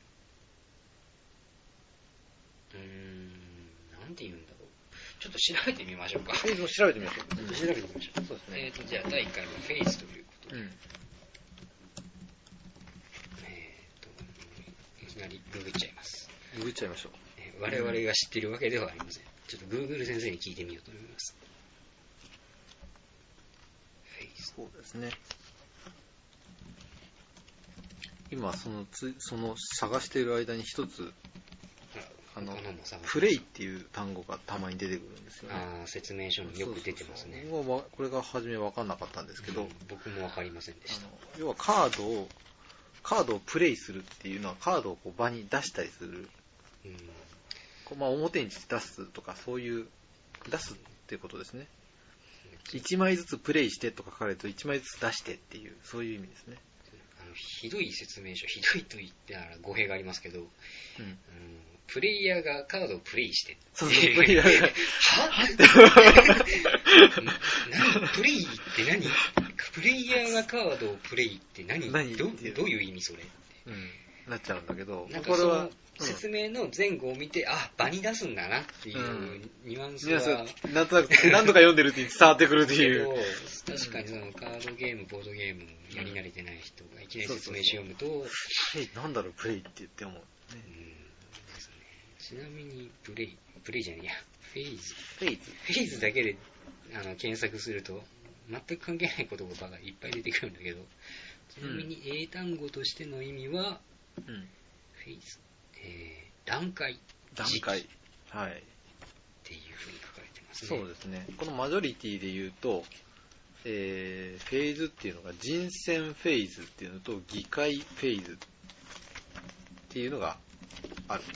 S3: うーん、なんて言うんだろう。ちょっと調べてみましょうか。
S4: フェーズも調べてみましょう。
S3: 調べてみましょう。
S4: そうです
S3: え
S4: ね
S3: ー。と、じゃあ第1回はフェーズということで。
S4: うん。
S3: えーと、いきなりググっちゃいます、
S4: ググっちゃいましょう。
S3: えー我々が知ってるわけではありません。ちょっと Google 先生に聞いてみようと思います。フェーズ。
S4: そうですね。今そのつ、その探している間に一つ、
S3: あ
S4: あの
S3: 他のも探して
S4: プレイっていう単語がたまに出てくるんですよね。
S3: ああ、説明書によく出てますね
S4: そう。そうそう僕はこれが初め分かんなかったんですけ
S3: う
S4: ど、
S3: ん僕もわかりませんで
S4: あ
S3: した。
S4: の要はカードを、カードをプレイするっていうのはカードをこう場に出したりする。
S3: うん
S4: こうまあ、表に出すとかそういう、出すっていうことですね。1枚ずつプレイしてとか書かれると1枚ずつ出してっていう、そういう意味ですね。
S3: あののひどい説明書、ひどいと言ってなら語弊がありますけど、うん
S4: うん。
S3: プレイヤーがカードをプレイしてってい
S4: そうそう、 プレイヤーが。
S3: はって何プレイって何プレイヤーがカードをプレイって何
S4: 何
S3: どどういう意味それ
S4: うん。なっちゃうんだけど、
S3: なん
S4: こ
S3: か
S4: れ
S3: そ
S4: は
S3: の、説明の前後を見て、あ、場に出すんだなっていうニュアンス
S4: 皆さ
S3: は、
S4: ん、なんとなく、何度か読んでるうちに伝わってくるって
S3: け
S4: い
S3: ど
S4: う。、
S3: 確かにそのカードゲーム、ボードゲームやり慣れてない人がいきなり説明書読むと、うん
S4: プレイ、なんだろう、プレイって言っても。
S3: ですねちなみにプレイ、プレイじゃねえや、フェイズ。
S4: プレイズ
S3: フェイズだけであの検索すると、全く関係ない言葉がいっぱい出てくるんだけど、ちなみに英単語としての意味は、
S4: うん。
S3: フェイズ、えー、段階っ
S4: 段階。はい。
S3: ていうふうに書かれてますね。
S4: そうですね。このマジョリティで言うと、えー、フェーズっていうのが人選フェーズっていうのと議会フェーズっていうのがあるんで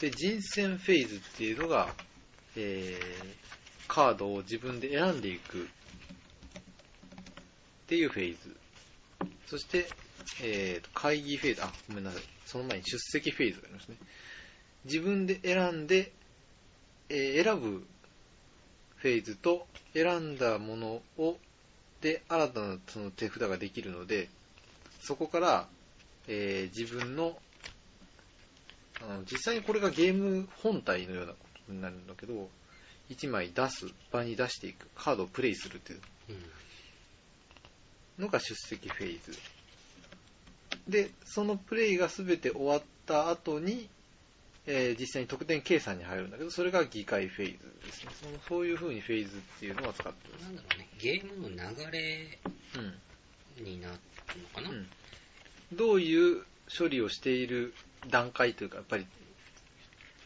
S4: すね。で、人選フェーズっていうのが、えー、カードを自分で選んでいくっていうフェーズ。そして、えーと、会議フェーズ、あ、ごめんなさい。その前に出席フェーズがありますね。自分で選んでえー選ぶフェーズと選んだものをで新たなその手札ができるのでそこから、えー自分のあの実際にこれがゲーム本体のようなことになるんだけど1枚出す場に出していくカードをプレイするっていう
S3: うん
S4: のが出席フェーズでそのプレイが全て終わった後に、えー実際に得点計算に入るんだけどそれが議会フェーズですねそのそういう風にフェーズっていうのは使ってま
S3: なんだろうね、ゲームの流れ
S4: す、
S3: になってるのかな、
S4: うんどういう処理をしている段階というかやっぱり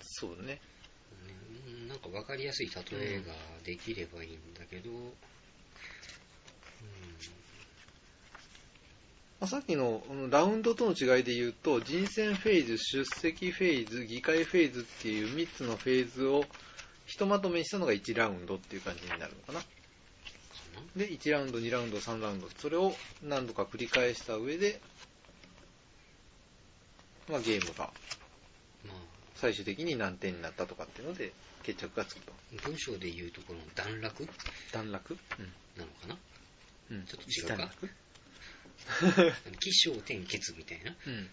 S4: そうね
S3: うんなんか分かりやすい例えができればいいんだけど、うん
S4: まあさっきのうんラウンドとの違いで言うと、人選フェーズ、出席フェーズ、議会フェーズっていう3つのフェーズをひとまとめにしたのが1ラウンドっていう感じになるのかな。
S3: かな
S4: で、1ラウンド、2ラウンド、3ラウンド、それを何度か繰り返した上で、まあ、ゲームが
S3: まあ
S4: 最終的に何点になったとかっていうので、決着がつくと。
S3: 文章で言うところの段落
S4: 段落
S3: なのかな
S4: うん。うん。
S3: ちょっと違うか
S4: 段落
S3: あの起承転結みたいな
S4: うん。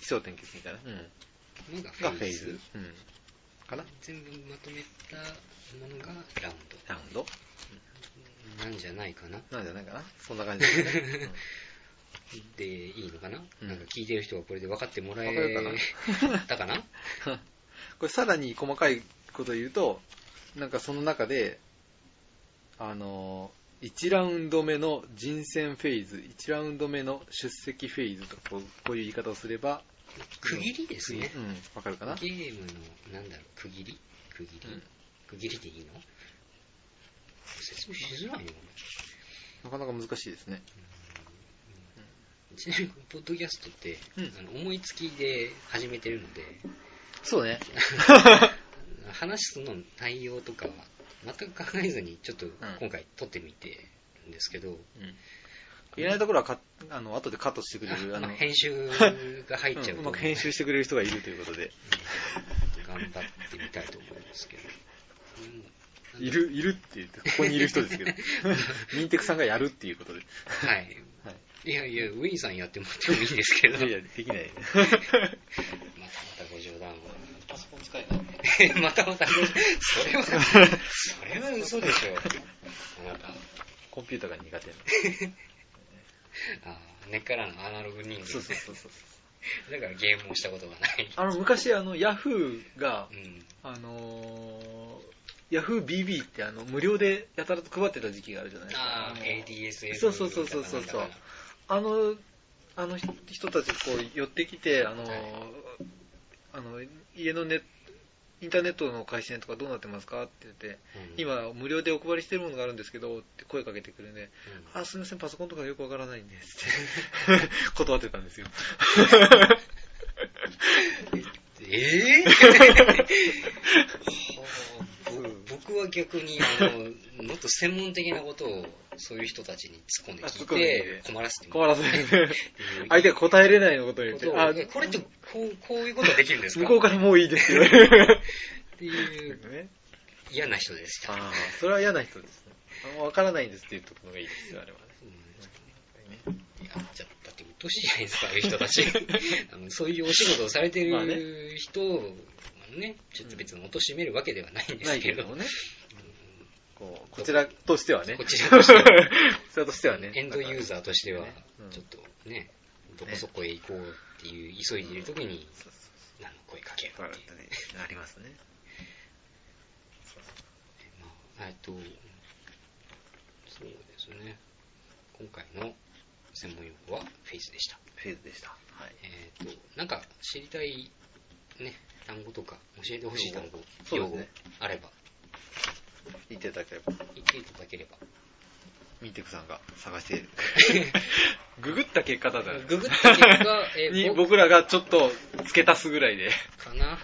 S4: 奇想転結みたいな。うん。
S3: のがフ
S4: が
S3: ェ
S4: フ
S3: ー
S4: ェ
S3: ズ
S4: ーズ。うん。かな
S3: 全部まとめたものがラウン
S4: ラウンド
S3: ドなんじゃないかな
S4: なんじゃないかなそんな感じですね。うん
S3: でいいのかな、
S4: うん
S3: なんか聞いてる人はこれで分かってもら
S4: わかるかな
S3: えたかな
S4: これさらに細かいことを言うと、なんかその中で、あのー、1ラウンド目の人選フェーズ、1ラウンド目の出席フェーズとか、こうこういう言い方をすれば、
S3: 区切りですね、
S4: うん、わかるかな
S3: ゲームのなんだろう区切り区切り、
S4: うん
S3: 区切りでいいの説明しづらいよ
S4: なかなか難しいですね。
S3: ちなみにポッドキャストって、
S4: うん
S3: あの思いつきで始めてるので
S4: そうね。
S3: 話すの内容とかは全く考えずにちょっと今回撮ってみてるんですけど、
S4: うん。いらないところはカッあの、後でカットしてくれる、
S3: あ
S4: あ の、
S3: の編集が入っちゃう
S4: うんう
S3: と
S4: まく編集してくれる人がいるということで、
S3: 頑張ってみたいと思いますけど
S4: いる、いるって言って、ここにいる人ですけど、ミンテクさんがやるっていうことで。
S3: はい、
S4: はい
S3: い、やいやウィンさんやってもらってもいいんですけど
S4: いやいや、できない。
S3: またまたご冗談を
S4: パソコン使えない。
S3: またまたご冗それはそれは嘘でしょあなた
S4: コンピューターが苦手なの。
S3: あー根っからのアナログ人間
S4: そうそうそうそう。
S3: だからゲームをしたことがない
S4: あの、昔、あの、ヤフーが
S3: う、ん
S4: あのー、ヤフー BB ってあの、無料でやたらと配ってた時期があるじゃないですか。
S3: ああ
S4: の
S3: ADSL
S4: そうそうそうそうそう
S3: だか
S4: そう
S3: ら。
S4: あの、あの人人たちこう寄ってきて、あのー
S3: はい
S4: あの、家のネインターネットの回線とかどうなってますかって言って、
S3: うん
S4: 今無料でお配りしてるものがあるんですけどって声かけてくるね、
S3: うん
S4: あ、すみません、パソコンとかよくわからないんですって、 断ってたんで すよ。
S3: ええ僕は逆にあのもっと専門的なことをそういう人たちに突っ込んで
S4: あ
S3: 聞
S4: 突っ
S3: い
S4: 込んで
S3: て、困らせて
S4: 困らせる。
S3: る
S4: 相手が答えれないのことを言っ
S3: こ
S4: て、
S3: とを
S4: あ、
S3: えこれってこうこういうことはできるんです
S4: 向
S3: か
S4: こうからもういいです よ。って
S3: っていう
S4: ね。
S3: 嫌な人でした。
S4: ああ、それは嫌な人ですね。あんまわからないんですっていうところがいいですよ、あれはね。
S3: うんいや、じゃあだって鬱陶しいじゃないですか、ああいう人たち。 あのそういうお仕事をされて
S4: まあ
S3: る人をね、ちょっと別に貶めるわけではないんで
S4: な
S3: す
S4: いけ
S3: け
S4: れ
S3: ど、
S4: どもね。こうこちらとしてはね。
S3: こちらとして は
S4: こちらとしては ね。
S3: エンドユーザーとしては
S4: ねうん、
S3: ちょっとね、どこそこへ行こうっていう、急いでいるときに、何の声かける
S4: だか
S3: っ
S4: ら
S3: ていう。
S4: ねありますね。
S3: まあ、えっと、そうですね。今回の専門用語はフェイズでした。
S4: フェーズでした。はい。
S3: えっ、と、なんか知りたい、ね、単語とか、教えてほしい単語、
S4: そう
S3: 用
S4: です
S3: 語
S4: ね
S3: あれば、
S4: 見ていただければ。
S3: 言っていただければ。
S4: ミンテクさんが探して ググった結果だったら
S3: ググった結 果、え
S4: に
S3: ー、僕
S4: 僕らがちょっと付け足すぐらいで。っ
S3: かな。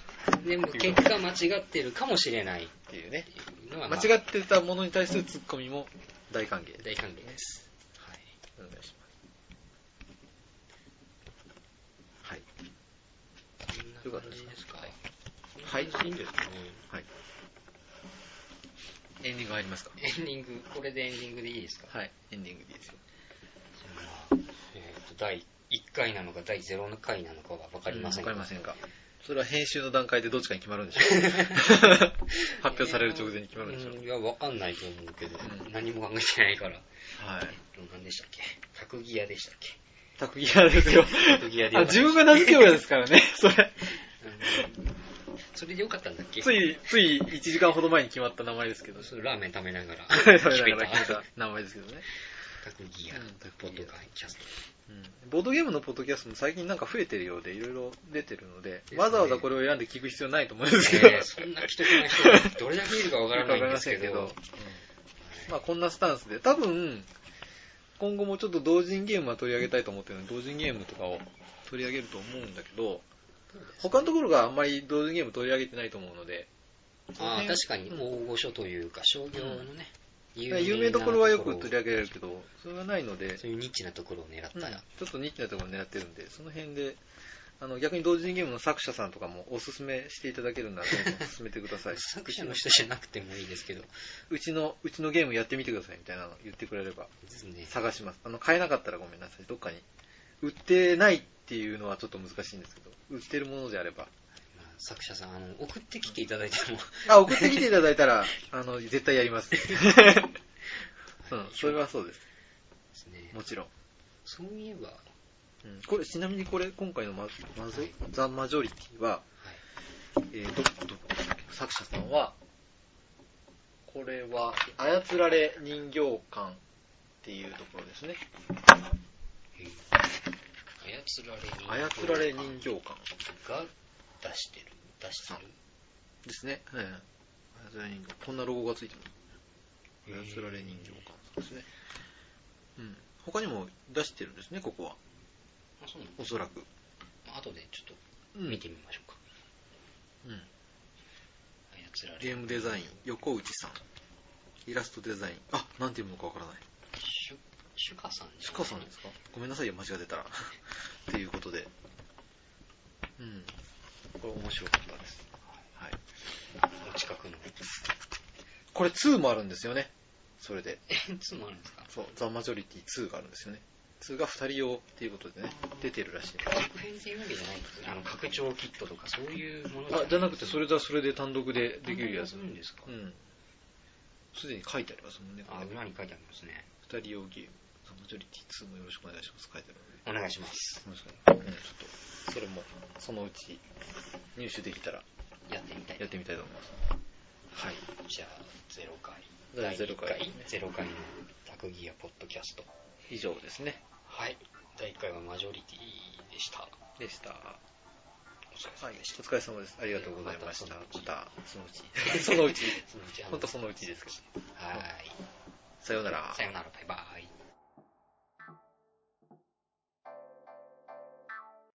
S3: でも結果間違ってるかもしれないって
S4: いうね。
S3: ていうのは、
S4: 間
S3: っ
S4: 違ってたものに対するツッコミも大歓迎で
S3: 大歓迎です。はい。
S4: お願いします。はい。
S3: こんな感じですか。
S4: はい
S3: こんな感じでいいんですかね。
S4: はい。エンディング入りますか
S3: エンディング、これでエンディングでいいですか
S4: はい。エンディングでいいですよ。
S3: えーと第1回なのか第0回なのかは分かりません
S4: わか
S3: が
S4: りませんが。それは編集の段階でどっちかに決まるんでしょう 発表される直前に決まるんでしょう、
S3: うんいや分かんないと思うけど、
S4: うん
S3: 何も考えてないから
S4: はい。
S3: 何でしたっけ格ギアでしたっけ
S4: タクギアですよ。
S3: 格ギアで
S4: あ、
S3: よかった
S4: 自分が名付け親ですからね。 それ。
S3: うんそれでよかったんだっけ
S4: つい、つい1時間ほど前に決まった名前ですけど。
S3: それラーメン食べながら
S4: 食べながら
S3: 決め
S4: 決
S3: た
S4: めた名前ですけどね。
S3: 格ギア、
S4: うん
S3: ポッドキ ャスト
S4: うんボードゲームのポッドキャストも最近なんか増えてるようで、いろいろ出てるので、
S3: すね
S4: わざわざこれを選んで聞く必要ないと思うんですけど。
S3: えーそんな既得な人がどれだけいるか分からないんですけど
S4: よくわかりませんけど まあこんなスタンスで、多分、今後もちょっと同人ゲームは取り上げたいと思ってるので、同人ゲームとかを取り上げると思うんだけど、他のところがあんまり同人ゲーム取り上げてないと思うので、
S3: ああ確かに大御所というか商業のね、
S4: 有名どころはよく取り上げられるけど、それがないので、
S3: そういうニッチなところを狙った
S4: うん
S3: ら、
S4: ちょっとニッチなところを狙ってるんで、その辺で、あの逆に同人ゲームの作者さんとかもおすすめしていただけるなら、どんどん進めてください。
S3: 作者の人じゃなくてもいいですけど、
S4: うちの、うちのゲームやってみてくださいみたいなの言ってくれれば
S3: ですね、
S4: 探します。あの、買えなかったらごめんなさい。どっかに。売ってないっていうのはちょっと難しいんですけど、売ってるものであれば。
S3: まあ作者さんあの、送ってきていただいても、
S4: あ、送ってきていただいたら、あの、絶対やり ます。うん、それはそうです。
S3: ですね、
S4: もちろん。
S3: そういえば、は
S4: うん、これ、ちなみにこれ、今回のママゾ、ザ・マジョリティは、えー、ど、ど、作者さんは、これは、操られ人形館っていうところですね。
S3: い、操られ人
S4: 操られ人形館
S3: が出してる、出して
S4: ですね。うん。操られ人形こんなロゴがついて
S3: へ
S4: ま
S3: ー
S4: す。操られ人形館さんですね。うん。他にも出してるんですね、ここは。
S3: る、あそうなの
S4: おそらく。
S3: まあ後でちょっ
S4: う
S3: と
S4: ん
S3: 見てみましょうか、
S4: うん。
S3: 操られ
S4: ゲームデザイン、横内さん。イラストデザイン。あ、なんて読むのかわからない。
S3: シュシュカさん
S4: シュカさんですかごめんなさいよ、間違ってたら。 っていうことで。うん。これ面白かったです。はい。
S3: お近くの、
S4: これ2もあるんですよね。それで。
S3: えいつもあるんですか、
S4: そう、ザ・マジョリティ2があるんですよね。2が2人用っていうことでね、出てるらしい。
S3: 続編っていうわけじゃないんですね、あの拡張キットとかそういうもの
S4: あ、じゃなくて、そ
S3: れ
S4: れだ、それで単独で
S3: で
S4: でき
S3: き
S4: る
S3: る
S4: や
S3: や
S4: つ
S3: つ。なんですか、
S4: うん。すでに書いてありますもんね、こ
S3: あ
S4: れね。
S3: 裏に書いてありますね、
S4: 2人用ゲーム。ザ・マジョリティ2もよろしくお願いします。書いてあるので。
S3: お願いします、
S4: うん、ちょっと、それも、そのうち、入手できたら、
S3: やってみたい
S4: やってみたいと思います。はい。
S3: じゃあ、ゼロ回。
S4: 第ゼロ回
S3: 第一ゼロ回のタクギアポッドキャスト。
S4: 以上ですね。
S3: はい。第1回はマジョリティでした。
S4: でした。は
S3: お疲れ
S4: い
S3: 様でし。
S4: お疲れ様です。ありがとうございました。ま
S3: ま
S4: た、そのうち。そ のうち。
S3: た。そのうちあの
S4: ほんとそのうちですけど。
S3: はい。
S4: さようなら。
S3: さよなら、バイバイ。